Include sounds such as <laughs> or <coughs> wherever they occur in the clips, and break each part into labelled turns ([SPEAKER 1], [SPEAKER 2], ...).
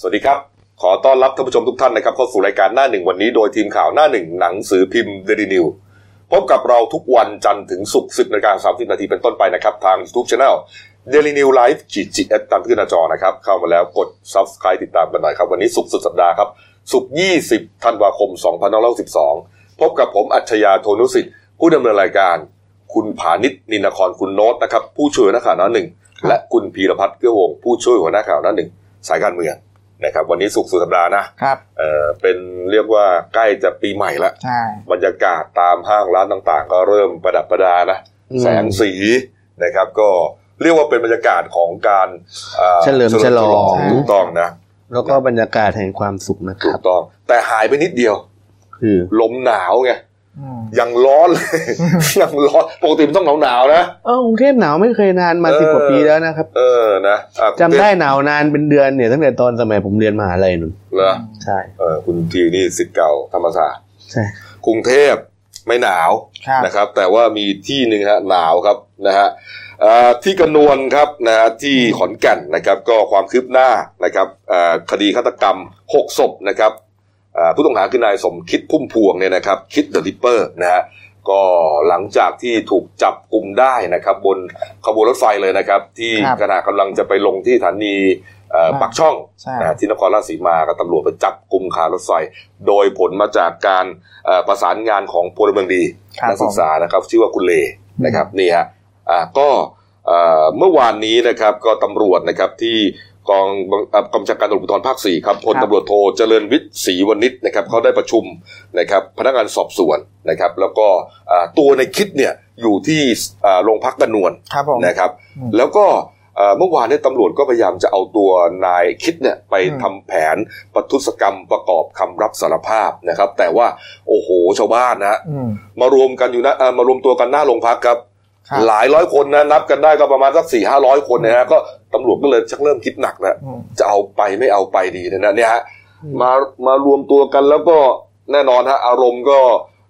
[SPEAKER 1] สวัสดีครับ ขอต้อนรับท่านผู้ชมทุกท่านนะครับเข้าสู่รายการหน้าหนึ่งวันนี้โดยทีมข่าวหน้าหนึ่งหนังสือพิมพ์เดลินิวพบกับเราทุกวันจันทร์ถึงศุกร์สิบนาฬิกาสามสิบนาทีเป็นต้นไปนะครับ ทางทุกช anel เดลินิวไลฟ์จีจีเอสตามที่ขึ้นหน้าจอนะครับ เข้ามาแล้วกด subscribe ติดตามกันหน่อยครับ วันนี้ศุกร์สุดสัปดาห์ครับศุกร์ยี่สิบธันวาคมสองพันห้าร้อยสิบสองพบกับผมอัจฉริยะโทนุสิทธิ์ผู้ดำเนินรายการ คุณผานิชนินนครคุณโน้ตนะครับผู้ช่วยหัวหน้าข่าวหน้าหนึ่งและคุณพีรพัฒน์เกื้อวงศ์ผู้ช่วยหัวหน้าข่าวหน้าหนึ่งสายการเมือง นะครับวันนี้สุกร์สุดสัปดาห์นะครับ เออเป็นเรียกว่าใกล้จะปีใหม่ละ
[SPEAKER 2] ใช่
[SPEAKER 1] บรรยากาศตามห้างร้านต่างๆ ก็เริ่มประดับประดานะ
[SPEAKER 2] อืม
[SPEAKER 1] แสงสีนะครับก็เรียกว่าเป็นบรรยากาศของการอ่อ
[SPEAKER 3] เฉลิมฉลอง
[SPEAKER 1] ถูกต้องนะ
[SPEAKER 3] แล้วก็บรรยากาศแห่งความสุขนะค
[SPEAKER 1] ถูก
[SPEAKER 3] รับ
[SPEAKER 1] ต้อง แต่หายไปนิดเดียว
[SPEAKER 3] คือ
[SPEAKER 1] ลมหนาวไง
[SPEAKER 2] อืม
[SPEAKER 1] ยังร้อนเลย
[SPEAKER 3] <laughs>
[SPEAKER 1] ยังร้อนปกติมันต้องหนาวๆนะ
[SPEAKER 3] เออกรุงเทพหนาวไม่เคยนานมา
[SPEAKER 1] เออ
[SPEAKER 3] สิบกว่าปีแล้วนะครับ
[SPEAKER 1] เออนะอ่ะคุณ
[SPEAKER 3] จำได้
[SPEAKER 1] เต้
[SPEAKER 3] หนาวนานเป็นเดือนเนี่ยตั้งแต่ตอนสมัยผมเรียนมหาลัยนู่น
[SPEAKER 1] เหรอ
[SPEAKER 3] ใช่
[SPEAKER 1] เออคุณทีนี่สิทธิ์เก่าธรรมศาสตร์
[SPEAKER 3] ใช่
[SPEAKER 1] กรุงเทพไม่หนาว
[SPEAKER 2] ครับ
[SPEAKER 1] นะครับแต่ว่ามีที่หนึ่งฮะหนาวครับนะฮะเอ่อที่กระนวนครับนะฮะที่ขอนแก่นนะครับก็ความคืบหน้านะครับเอ่อคดีฆาตกรรม 6 ศพนะครับเอ่อผู้ต้องหาคือนายสมคิดพุ่มพวงเนี่ยนะครับคิดเดอะริปเปอร์นะฮะก็หลังจากที่ถูกจับกลุ่มได้นะครับบนขบวนรถไฟเลยนะครับ ที่
[SPEAKER 2] ครับ
[SPEAKER 1] ขณะกำลังจะไปลงที่สถานีเอ่อ
[SPEAKER 2] ครับ
[SPEAKER 1] ปากช่อง
[SPEAKER 2] ใช่
[SPEAKER 1] นะฮะที่นครราชสีมากับตำรวจไปจับกลุ่มขารถไฟ โดยผลมาจากการเอ่อประสานงานของพลเมืองดี
[SPEAKER 2] ครับ
[SPEAKER 1] นัศึกษานะครับชื่อว่าคุณเล
[SPEAKER 2] อืม
[SPEAKER 1] นะครับนี่ฮะอ่าก็เอ่อเมื่อวานนี้นะครับก็ตำรวจนะครับที่กองบังเอ่อกองบัญชาการตำรวจภูธรภาคสี่ครับพลตำรวจโทเจริญวิทย์ศรีวณิชนะครับเขาได้ประชุมนะครับพนักงานสอบสวนนะครับ แล้วก็อ่าตัวในคิดเนี่ยอยู่ที่อ่าโรงพักกระนวน
[SPEAKER 2] ครับผม
[SPEAKER 1] นะครับ
[SPEAKER 2] อืม
[SPEAKER 1] แล้วก็เอ่อเมื่อวานเนี่ยตำรวจก็พยายามจะเอาตัวนายคิดเนี่ยไป
[SPEAKER 2] อืม
[SPEAKER 1] ทำแผนประทุษกรรมประกอบคำรับสารภาพนะครับ แต่ว่าโอ้โหชาวบ้านนะ
[SPEAKER 2] อืม
[SPEAKER 1] มารวมกันอยู่นะเอ่อมารวมตัวกันหน้าโรงพักครับ
[SPEAKER 2] ครับ
[SPEAKER 1] หลายร้อยคนนะนับกันได้ก็ประมาณสักสี่ห้าร้อยคนนะฮะก็ตำรวจก็เลยชักเริ่มคิดหนักแล้ว
[SPEAKER 2] อืม
[SPEAKER 1] จะเอาไปไม่เอาไปดีนะเนี่ยฮะมามารวมตัวกันแล้วก็แน่นอนฮะอารมณ์ก็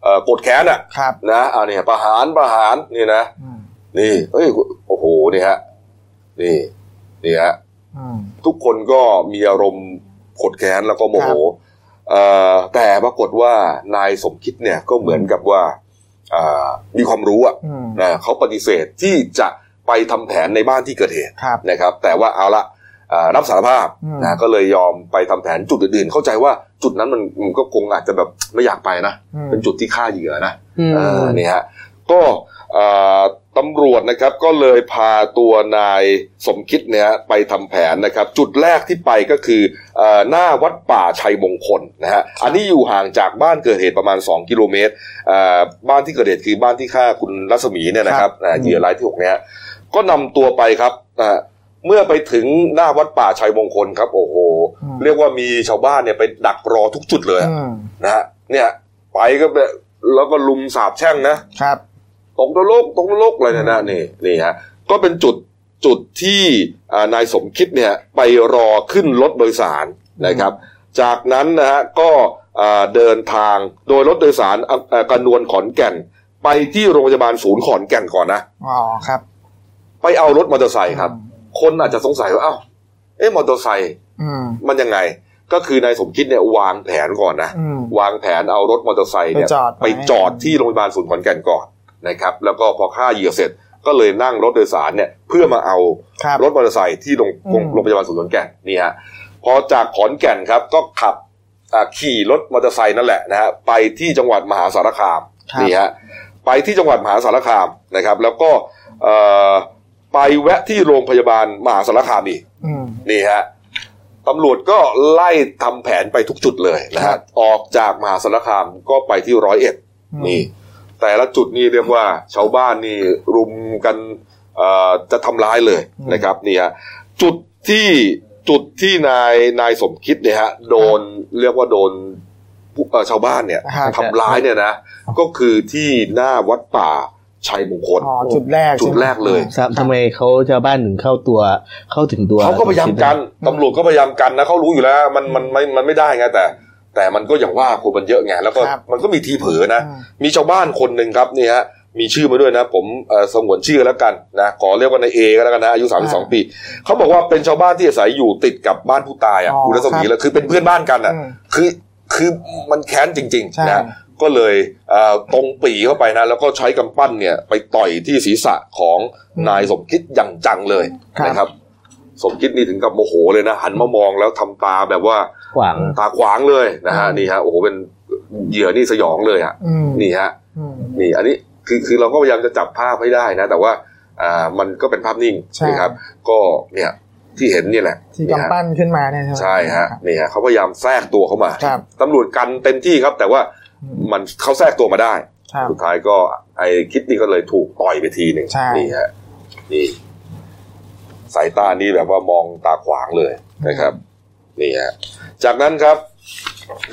[SPEAKER 1] เอ่อโกดแค้นอ่ะ
[SPEAKER 2] ครับ
[SPEAKER 1] นะอ่าเนี่ยประหารประหารนี่นะ
[SPEAKER 2] อืม
[SPEAKER 1] นี่ เอ้ย โอ้โห นี่ฮะ นี่ นี่ฮะ
[SPEAKER 2] อืม
[SPEAKER 1] ทุกคนก็มีอารมณ์โกดแค้นแล้วก็โม
[SPEAKER 2] ค
[SPEAKER 1] โห
[SPEAKER 2] รับ
[SPEAKER 1] เอ่อแต่ปรากฏว่านายสมคิดเนี่ยก็เหมือนกับว่าอ่ามีความรู้อะ
[SPEAKER 2] อืม
[SPEAKER 1] นะเขาปฏิเสธที่จะไปทำแผนในบ้านที่เกิดเหตุ
[SPEAKER 2] ครับ
[SPEAKER 1] นะครับ แต่ว่าเอาละอ่ารับสารภาพ
[SPEAKER 2] อืม
[SPEAKER 1] นะ ก็เลยยอมไปทำแผนจุดอื่นๆ เข้าใจว่าจุดนั้นมันมันก็คงอาจจะแบบไม่อยากไปนะ
[SPEAKER 2] อืม
[SPEAKER 1] เป็นจุดที่ฆ่าเหยื่อนะ
[SPEAKER 3] อืม
[SPEAKER 1] อ่านี่ฮะก็อ่าตำรวจนะครับก็เลยพาตัวนายสมคิดเนี่ยไปทำแผนนะครับ จุดแรกที่ไปก็คืออ่าหน้าวัดป่าชัยมงคลนะฮะอันนี้อยู่ห่างจากบ้านเกิดเหตุประมาณ 2 กิโลเมตรอ่าบ้านที่เกิดเหตุคือบ้านที่ฆ่าคุณรัศมีเนี่ยนะครับอ่าเหยื่อรายที่หกเนี่ยฮะก็นำตัวไปครับอ่าเมื่อไปถึงหน้าวัดป่าชัยมงคลครับโอ้โหเรียกว่ามีชาวบ้านเนี่ยไปดักรอทุกจุดเลยอะ
[SPEAKER 2] อืม
[SPEAKER 1] นะฮะเนี่ยไปก็แบบแล้วก็ลุมสาบแช่งนะ
[SPEAKER 2] ครับ
[SPEAKER 1] ตกนรกตกนรกอะไรเนี่ยนะนี่นี่ฮะก็เป็นจุดจุดที่อ่านายสมคิดเนี่ยไปรอขึ้นรถโดยสารนะครับ จากนั้นนะฮะก็อ่าเดินทางโดยรถโดยสารอ่ะอ่ะกระนวนขอนแก่น ไปที่โรงพยาบาลศูนย์ขอนแก่นก่อนนะ
[SPEAKER 2] อ๋อ ครับ
[SPEAKER 1] ไปเอารถมอเตอร์ไซค์ครับ คนอาจจะสงสัยว่าเอ้าเอ๊ะมอเตอร์ไซค์
[SPEAKER 2] อืม
[SPEAKER 1] มันยังไง ก็คือนายสมคิดเนี่ยวางแผนก่อนนะ
[SPEAKER 2] อืม
[SPEAKER 1] วางแผนเอารถมอเตอร์ไซค์เนี่ย
[SPEAKER 2] ไปจอดไว้
[SPEAKER 1] ไปจอดที่โรงพยาบาลศูนย์ขอนแก่นก่อนนะครับ แล้วก็พอฆ่าเหยื่อเสร็จก็เลยนั่งรถโดยสารเนี่ยเพื่อมาเอา
[SPEAKER 2] ครับ
[SPEAKER 1] รถมอเตอร์ไซค์ที่โรง
[SPEAKER 2] อืม
[SPEAKER 1] โรงพยาบาลศูนย์ขอนแก่นนี่ฮะพอจากขอนแก่นครับก็ขับอ่าขี่รถมอเตอร์ไซค์นั่นแหละนะฮะไปที่จังหวัดมหาสารคาม
[SPEAKER 2] ครับ
[SPEAKER 1] นี่ฮะไปที่จังหวัดมหาสารคามนะครับ แล้วก็เอ่อไปแวะที่โรงพยาบาลมหาสารคามอีก
[SPEAKER 2] อืม
[SPEAKER 1] นี่ฮะตำรวจก็ไล่ทำแผนไปทุกจุดเลยนะ
[SPEAKER 2] ครั
[SPEAKER 1] ฮะ
[SPEAKER 2] บ
[SPEAKER 1] ออกจากมหาสารคามก็ไปที่ร้อยเอ็ด
[SPEAKER 2] อืม
[SPEAKER 1] นี่ แต่ละจุดนี่เรียกว่าชาวบ้านนี่รุมกันเอ่อจะทำร้ายเลยนะครับนี่ฮะจุดที่จุดที่นายนายสมคิดเนี่ยฮะโดนเรียกว่าโดนผู้เอ่อชาวบ้านเนี่ย
[SPEAKER 2] ครับ
[SPEAKER 1] ทำร้ายเนี่ยนะ ก็คือที่หน้าวัดป่าชัยมงคล
[SPEAKER 2] อ๋อ จุดแรก
[SPEAKER 1] จุดแรกเลย
[SPEAKER 2] ใช่ไหม
[SPEAKER 3] ครับทำไมเขาชาวบ้านถึงเข้าตัวเข้าถึงตัว
[SPEAKER 1] เขาก็พยายามกัน
[SPEAKER 2] อืม
[SPEAKER 1] ตำรวจก็พยายามกันนะเขารู้อยู่แล้วมันมันไม่มันไม่ได้ไงแต่ แต่มันก็อย่างว่าคนมันเยอะไงแล้วก็
[SPEAKER 2] ครับ
[SPEAKER 1] มันก็มีทีเผลอนะ
[SPEAKER 2] อืม
[SPEAKER 1] มีชาวบ้านคนหนึ่งครับนี่ฮะ มีชื่อมาด้วยนะ ผมเอ่อสงวนชื่อแล้วกันนะขอเรียกว่าในเอก็แล้วกันนะอายุ 32 ปี เขาบอกว่าเป็นชาวบ้านที่อาศัยอยู่ติดกับบ้านผู้ตายอ่ะ
[SPEAKER 2] อ๋อ
[SPEAKER 1] คุณรัศมี
[SPEAKER 2] ครับ
[SPEAKER 1] แล้วคือเป็นเพื่อนบ้านกันอ่ะ
[SPEAKER 2] อืม
[SPEAKER 1] คือคือมันแค้นจริง
[SPEAKER 2] ใช่
[SPEAKER 1] ๆนะก็เลยเอ่อตรงปรีเข้าไปนะ แล้วก็ใช้กำปั้นเนี่ยไปต่อยที่ศีรษะของนายสมคิดอย่างจังเลย
[SPEAKER 2] ครับ
[SPEAKER 1] นะครับ สมคิดนี่ถึงกับโมโหเลยนะหันมามองแล้วทำตาแบบว่า
[SPEAKER 3] ขวาง
[SPEAKER 1] ตาขวางเลยนะฮะ
[SPEAKER 2] อืม
[SPEAKER 1] นี่ฮะโอ้โหเป็นเหยื่อนี่สยองเลยฮะ
[SPEAKER 2] อืม
[SPEAKER 1] นี่ฮะ
[SPEAKER 2] อืม
[SPEAKER 1] นี่อันนี้คือคือเราก็พยายามจะจับภาพให้ได้นะ แต่ว่าอ่ามันก็เป็นภาพนิ่ง
[SPEAKER 2] ใช่
[SPEAKER 1] นะครับ ก็เนี่ยที่เห็นเนี่ยแหละ
[SPEAKER 2] ที่
[SPEAKER 1] นี่ฮะ
[SPEAKER 2] กำปั้นขึ้นมาเนี่ยใช่ไหม
[SPEAKER 1] ใช่ฮะ
[SPEAKER 2] ครับ
[SPEAKER 1] นี่ฮะเขาพยายามแทรกตัวเข้ามา
[SPEAKER 2] ครับ
[SPEAKER 1] ตำรวจกันเต็มที่ครับ แต่ว่า
[SPEAKER 2] อืม
[SPEAKER 1] มันเขาแทรกตัวมาได้
[SPEAKER 2] ครับ
[SPEAKER 1] สุดท้ายก็ไอ้คิดนี่ก็เลยถูกต่อยไปทีหนึ่ง
[SPEAKER 2] ใช่
[SPEAKER 1] นี่ฮะนี่สายตานี่แบบว่ามองตาขวางเลยนะครับนี่ฮะจากนั้นครับ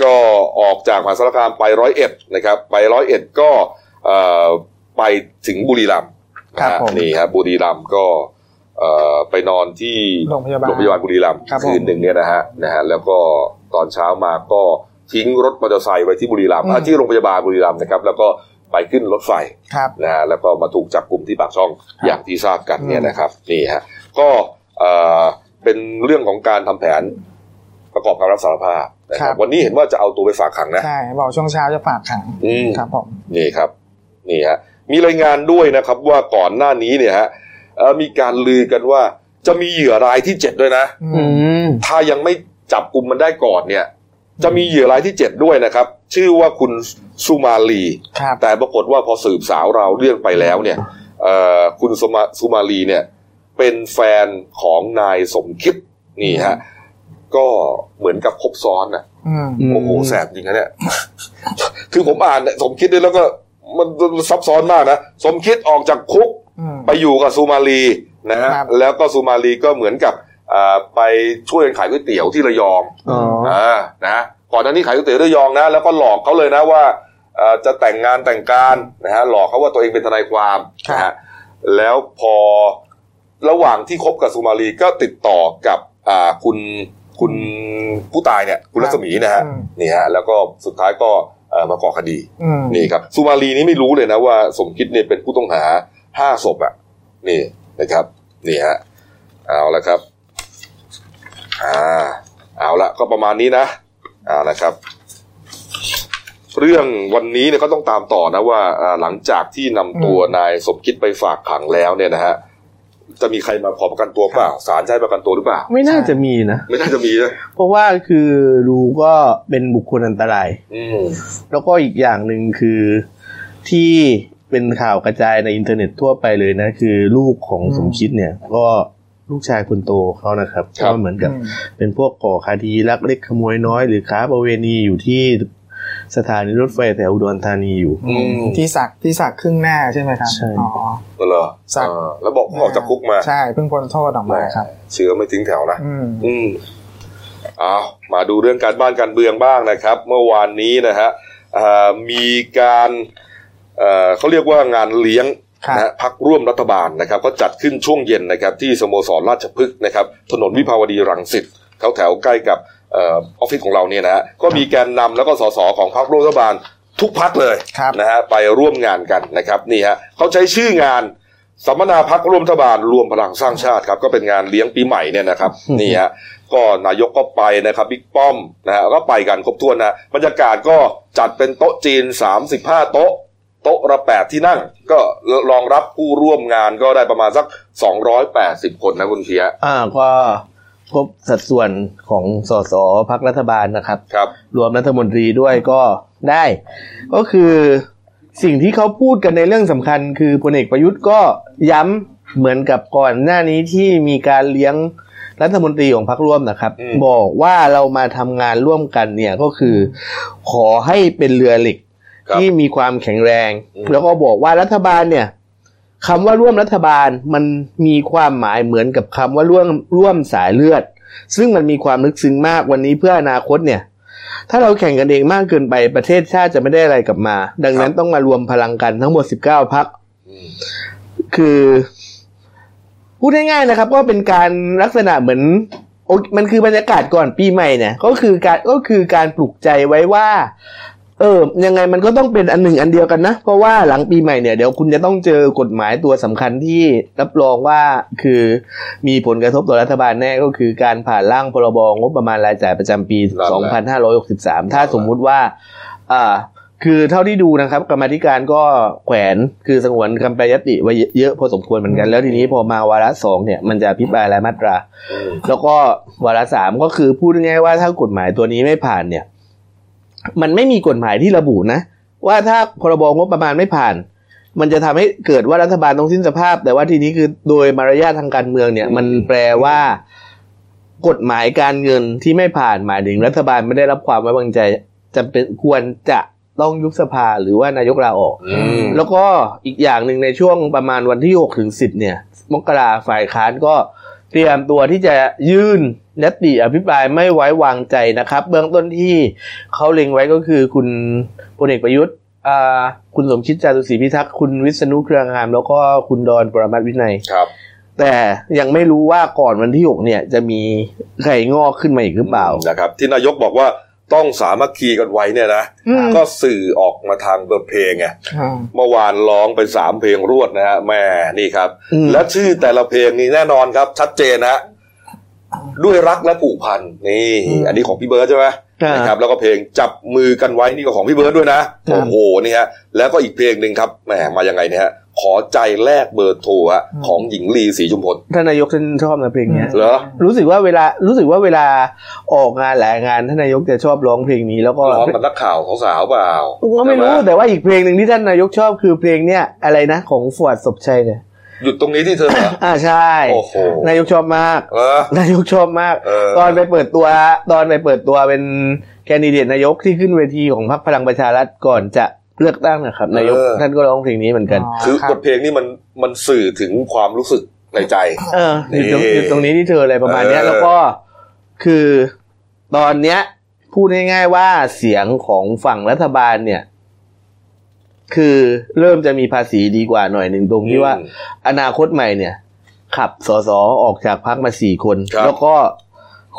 [SPEAKER 1] ก็ออกจากมหาสารคามไปร้อยเอ็ดนะครับ ไปร้อยเอ็ดก็เอ่อไปถึงบุรีรัมย์
[SPEAKER 2] ครับ
[SPEAKER 1] นะฮะ
[SPEAKER 2] ผม
[SPEAKER 1] นี่ฮะบุรีรัมย์ก็เอ่อไปนอนที่
[SPEAKER 2] โรงพยาบาล
[SPEAKER 1] โรงพยาบาลบุรีรัมย์
[SPEAKER 2] ครับผม
[SPEAKER 1] คืนหนึ่งเนี่ยนะฮะนะฮะแล้วก็ตอนเช้ามาก็ทิ้งรถมอเตอร์ไซค์ไว้ที่บุรีรัมย์
[SPEAKER 2] อืม
[SPEAKER 1] อ่ะที่โรงพยาบาลบุรีรัมย์นะครับ แล้วก็ไปขึ้นรถไฟ
[SPEAKER 2] ครับ
[SPEAKER 1] นะฮะแล้วก็มาถูกจับกลุ่มที่ปากช่อง
[SPEAKER 2] ครับ
[SPEAKER 1] อย่างที่ทราบกันเนี่ย
[SPEAKER 2] อืม
[SPEAKER 1] นะครับนี่ฮะก็เอ่อเป็นเรื่องของการทำแผนประกอบคำรับสารภาพนะครับวันนี้เห็นว่าจะเอาตัวไปฝากขังนะ
[SPEAKER 2] ใช่บอกช่วงเช้าจะฝากขัง
[SPEAKER 1] อืม
[SPEAKER 2] ครับผม
[SPEAKER 1] นี่ครับนี่ฮะมีรายงานด้วยนะครับว่าก่อนหน้านี้เนี่ยฮะเอ่อมีการลือกันว่าจะมีเหยื่อรายที่เจ็ดด้วยนะ
[SPEAKER 2] อื
[SPEAKER 3] อื
[SPEAKER 2] ม
[SPEAKER 3] ม
[SPEAKER 1] ถ้ายังไม่จับกลุ่มมันได้ก่อนเนี่ย จะมีเหยื่อรายที่ 7 ด้วยนะครับ ชื่อว่าคุณสุมาลี
[SPEAKER 2] ครับ
[SPEAKER 1] แต่ปรากฏว่าพอสืบสาวเราวเรื่องไปแล้วเนี่ยเอ่อคุณสุมาสุมาลีเนี่ยเป็นแฟนของนายสมคิดนี่ฮะก็เหมือนกับครบซ้อนอ่ะ
[SPEAKER 2] อืม
[SPEAKER 1] โอ้โหแสบจริงนะเนี่ย <laughs> คือผมอ่านเนี่ยสมคิดด้วยแล้วก็มันมันซับซ้อนมากนะ สมคิดออกจากคุก
[SPEAKER 2] อืม
[SPEAKER 1] ไปอยู่กับซูมาลีนะฮะ
[SPEAKER 2] ครับ
[SPEAKER 1] แล้วก็ซูมาลีก็เหมือนกับอ่าไปช่วยกันขายก๋วยเตี๋ยวที่ระยอง
[SPEAKER 3] อ๋อ
[SPEAKER 1] อ่านะก่อนหน้านี้ขายก๋วยเตี๋ยวระยองนะแล้วก็หลอกเขาเลยนะว่าอ่าจะแต่งงานแต่งการนะฮะหลอกเขาว่าตัวเองเป็นทนายความนะฮะแล้วพอระหว่างที่คบกับซูมาลีก็ติดต่อกับอ่าคุณคุณผู้ตายเนี่ยคุณรัศมีนะฮะ
[SPEAKER 2] อืม
[SPEAKER 1] นี่ฮะแล้วก็สุดท้ายก็เอ่อมาก่อคดี
[SPEAKER 2] อืม
[SPEAKER 1] นี่ครับสุมาลีนี่ไม่รู้เลยนะว่าสมคิดเนี่ยเป็นผู้ต้องหาห้าศพอ่ะ นี่นะครับ นี่ฮะเอาละครับ อ่า เอาละก็ประมาณนี้นะเอาละครับ เรื่องวันนี้เนี่ยก็ต้องตามต่อนะว่าอ่าหลังจากที่นำตัว
[SPEAKER 2] อืม
[SPEAKER 1] นายสมคิดไปฝากขังแล้วเนี่ยนะฮะจะมีใครมาขอประกันตัวเปล่าศาลจะให้ประกันตัวหรือเปล่า
[SPEAKER 3] ไม่น่าจะมีนะ
[SPEAKER 1] ไม่น่าจะมีนะ
[SPEAKER 3] เพราะว่าคือรูก็เป็นบุคคลอันตราย
[SPEAKER 1] อืม
[SPEAKER 3] แล้วก็อีกอย่างหนึ่งคือที่เป็นข่าวกระจายในอินเทอร์เน็ตทั่วไปเลยนะ คือลูกของ
[SPEAKER 2] อืม
[SPEAKER 3] สมคิดเนี่ย ก็ลูกชายคนโตเขานะครับก็เหมือนกับ
[SPEAKER 2] อืม
[SPEAKER 3] เป็นพวกก่อคดีลักเล็กขโมยน้อย หรือค้าประเวณีอยู่ที่สถานีรถไฟแถวอุดรธานีอยู่
[SPEAKER 1] อืม
[SPEAKER 2] ที่สักที่สักครึ่งหน้าใช่ไหมครับ
[SPEAKER 3] ใช่
[SPEAKER 2] อ๋อ
[SPEAKER 1] เหรอ
[SPEAKER 2] สัตว์
[SPEAKER 1] เออแล้วบอกเพิ่งออกจากคุกมา
[SPEAKER 2] ใช่เพิ่งพ้นโทษออกมาครับ
[SPEAKER 1] เชื้อไม่ทิ้งแถวนะ
[SPEAKER 2] อืม
[SPEAKER 1] อืมเอามาดูเรื่องการบ้านการเมืองบ้างนะครับ เมื่อวานนี้นะฮะเอ่อมีการเอ่อเขาเรียกว่างานเลี้ยง
[SPEAKER 2] ครับ
[SPEAKER 1] นะฮะพักร่วมรัฐบาลนะครับ ก็จัดขึ้นช่วงเย็นนะครับ ที่สโมสรราชพฤกษ์นะครับ ถนนวิภาวดีรังสิตแถวแถวๆใกล้กับเออออฟฟิศของเราเนี่ยนะฮะก็มีแกนนำแล้วก็สสของพักร่วมรัฐบาลทุกพักเลย
[SPEAKER 2] ครับ
[SPEAKER 1] นะฮะไปร่วมงานกันนะครับนี่ฮะเขาใช้ชื่องานสัมมนาพักร่วมรัฐบาลรวมพลังสร้างชาติครับก็เป็นงานเลี้ยงปีใหม่เนี่ยนะครับ นี่ฮะก็นายกก็ไปนะครับบิ๊กป้อมนะฮะก็ไปกันครบถ้วนนะบรรยากาศก็จัดเป็นโต๊ะจีน 35 โต๊ะ โต๊ะละ8ที่นั่ง ก็รองรับผู้ร่วมงานก็ได้ประมาณสัก 280 คนนะคุณเชียร์
[SPEAKER 3] อ่าก็ครบสัดส่วนของสสพักรัฐบาลนะครับ
[SPEAKER 1] ครับ
[SPEAKER 3] รวมรัฐมนตรีด้วยก็ได้ ก็คือสิ่งที่เขาพูดกันในเรื่องสำคัญ คือพลเอกประยุทธ์ก็ย้ำเหมือนกับก่อนหน้านี้ที่มีการเลี้ยงรัฐมนตรีของพรรคร่วมนะครับ
[SPEAKER 1] อืม
[SPEAKER 3] บอกว่าเรามาทำงานร่วมกันเนี่ยก็คือ ขอให้เป็นเรือเหล็ก
[SPEAKER 1] ครับ
[SPEAKER 3] ที่มีความแข็งแรง
[SPEAKER 1] อืม
[SPEAKER 3] แล้วก็บอกว่ารัฐบาลเนี่ยคำว่าร่วมรัฐบาลมันมีความหมายเหมือนกับคำว่าร่วมร่วมสายเลือด ซึ่งมันมีความลึกซึ้งมากวันนี้เพื่ออนาคตเนี่ย ถ้าเราแข่งกันเองมากเกินไปประเทศชาติจะไม่ได้อะไรกลับมา ดังนั้นต้องมารวมพลังกันทั้งหมด 19พัก
[SPEAKER 1] อืม
[SPEAKER 3] คือพูดง่ายๆนะครับ ก็เป็นการลักษณะเหมือนโอมันคือบรรยากาศก่อนปีใหม่เนี่ย ก็คือการก็คือการปลุกใจไว้ว่า เออ ยังไงมันก็ต้องเป็นอันหนึ่งอันเดียวกันนะ เพราะว่าหลังปีใหม่เนี่ยเดี๋ยวคุณจะต้องเจอกฎหมายตัวสำคัญที่รับรองว่าคือมีผลกระทบต่อรัฐบาลแน่ก็คือการผ่านร่างพรบงบประมาณรายจ่ายประจำปี
[SPEAKER 1] นั่นแหละ
[SPEAKER 3] 2563 ถ้าสมมุติว่า อ่า คือเท่าที่ดูนะครับ กรรมาธิการก็แขวนคือสงวนคำแปรยติไว้เยอะพอสมควรเหมือนกันแล้วทีนี้พอมาวาระสองเนี่ยมันจะพิปรายรายมาตรา
[SPEAKER 1] อืม
[SPEAKER 3] แล้วก็วาระสามก็คือพูดง่ายๆว่าถ้ากฎหมายตัวนี้ไม่ผ่านเนี่ย มันไม่มีกฎหมายที่ระบุนะ ว่าถ้าพรบงบประมาณไม่ผ่าน มันจะทำให้เกิดว่ารัฐบาลต้องสิ้นสภาพ แต่ว่าทีนี้คือโดยมารยาททางการเมืองเนี่ย มันแปลว่า กฎหมายการเงินที่ไม่ผ่านหมายถึงรัฐบาลไม่ได้รับความไว้วางใจจำเป็นควรจะต้องยุบสภาหรือว่านายกลาออก
[SPEAKER 1] อืม
[SPEAKER 3] แล้วก็อีกอย่างหนึ่งในช่วงประมาณวันที่6ถึง10 เนี่ย มกราฝ่ายค้านก็เตรียมตัวที่จะยื่นยติอภิปรายไม่ไว้วางใจนะครับ เบื้องต้นที่เขาเล็งไว้ก็คือคุณพลเอกประยุทธ์อ่าคุณสมคิดจารุศรีพิทักษ์คุณวิษณุเครืองาม แล้วก็คุณดอนปรมัตถ์วินัย
[SPEAKER 1] ครับ
[SPEAKER 3] แต่ยังไม่รู้ว่าก่อนวันที่ 6 เนี่ยจะมีใครงอกขึ้นมาอีกหรือเปล่า
[SPEAKER 1] นะครับที่นายกบอกว่าต้องสามัคคีกันไว้เนี่ยนะ
[SPEAKER 2] อืม
[SPEAKER 1] ก็สื่อออกมาทางบทเพลงไง
[SPEAKER 2] อ่า
[SPEAKER 1] เมื่อวานร้องไปสามเพลงรวดนะฮะแม่นี่ครับ
[SPEAKER 3] อืม
[SPEAKER 1] และชื่อแต่ละเพลงนี่แน่นอนครับ ชัดเจนนะฮะด้วยรักและผูกพันนี่
[SPEAKER 2] อืม
[SPEAKER 1] อันนี้ของพี่เบิร์ดใช่ไหมนะครับ แล้วก็เพลงจับมือกันไว้นี่ก็ของพี่เบิร์ดด้วยนะโอ้โหนี่ฮะแล้วก็อีกเพลงหนึ่งครับแหมมายังไงเนี่ยฮะขอใจแลกเบอร์โทรฮะของหญิงลีศรีชุมพล
[SPEAKER 3] ท่านนายกท่านชอบนะเพลงเนี้ย
[SPEAKER 1] เหรอ
[SPEAKER 3] รู้สึกว่าเวลารู้สึกว่าเวลาออกงานหลายงานท่านนายกจะชอบร้องเพลงนี้แล้วก็
[SPEAKER 1] ร้องกับนักข่าวสาวๆเปล่า
[SPEAKER 3] ผมก็ไม่รู้
[SPEAKER 1] ใช่ห
[SPEAKER 3] แต่ว่าอีกเพลงหนึ่งที่ท่านนายกชอบคือเพลงเนี้ยอะไรนะของฟวดศพชัยเนี่ย <coughs>
[SPEAKER 1] หยุดตรงนี้ที่เธอเหรอ
[SPEAKER 3] อ่าใช่
[SPEAKER 1] โอ้โห
[SPEAKER 3] นายกชอบมาก
[SPEAKER 1] เออ
[SPEAKER 3] นายกชอบมาก
[SPEAKER 1] เออ
[SPEAKER 3] ตอนไปเปิดตัว ตอนไปเปิดตัวเป็นแคนดิเดตนายกที่ขึ้นเวทีของพรรคพลังประชารัฐก่อนจะเลือกตั้งนะครับ นายกท่านก็ร้องเพลงนี้เหมือนกัน
[SPEAKER 1] คือ
[SPEAKER 2] รับ
[SPEAKER 1] บทเพลงนี่มันมันสื่อถึงความรู้สึกในใจ
[SPEAKER 3] เออหยุดตรง
[SPEAKER 1] นี่
[SPEAKER 3] หยุดตรงนี้ที่เธออะไรประมาณเนี้ย
[SPEAKER 1] เออ
[SPEAKER 3] แล้วก็คือตอนเนี้ย พูดง่ายๆว่าเสียงของฝั่งรัฐบาลเนี่ย คือเริ่มจะมีภาษีดีกว่าหน่อยหนึ่งตรงที่ว่า
[SPEAKER 1] อืม
[SPEAKER 3] อนาคตใหม่เนี่ย ขับสสออกจากพักมาสี่คน
[SPEAKER 1] ครับ
[SPEAKER 3] แล้วก็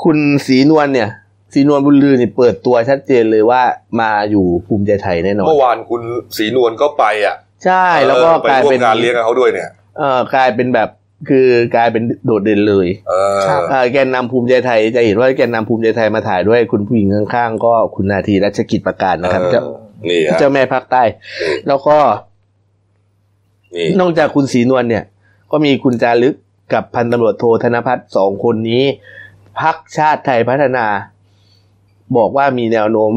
[SPEAKER 3] คุณศรีนวลเนี่ยศรีนวลบุญลือเนี่ยเปิดตัวชัดเจนเลยว่ามาอยู่ภูมิใจไทยแน่นอน
[SPEAKER 1] เมื่อวานคุณศรีนวลก็ไปอ่ะ
[SPEAKER 3] ใช่แล้วก็
[SPEAKER 1] เออไป
[SPEAKER 3] กลาย
[SPEAKER 1] ร่วม
[SPEAKER 3] เป็น
[SPEAKER 1] งานเลี้ยงกับเขาด้วยเนี่ย
[SPEAKER 3] เออกลายเป็นแบบคือกลายเป็นโดดเด่นเลย
[SPEAKER 1] เออ
[SPEAKER 2] ครับ
[SPEAKER 3] เอ่อแกนนำภูมิใจไทยจะเห็นว่าแกนนำภูมิใจไทยมาถ่ายด้วยคุณผู้หญิงข้างๆก็คุณนาทีรัชกิจประการนะครับ
[SPEAKER 1] เออ
[SPEAKER 3] เจ้า
[SPEAKER 1] นี่ฮะ
[SPEAKER 3] เจ้าแม่ภาคใต้ แล้วก็
[SPEAKER 1] นี่
[SPEAKER 3] นอกจากคุณศรีนวลเนี่ย ก็มีคุณจารึกกับพันตำรวจโทธนพัฒน์สองคนนี้พักชาติไทยพัฒนา บอกว่ามีแนวโน้ม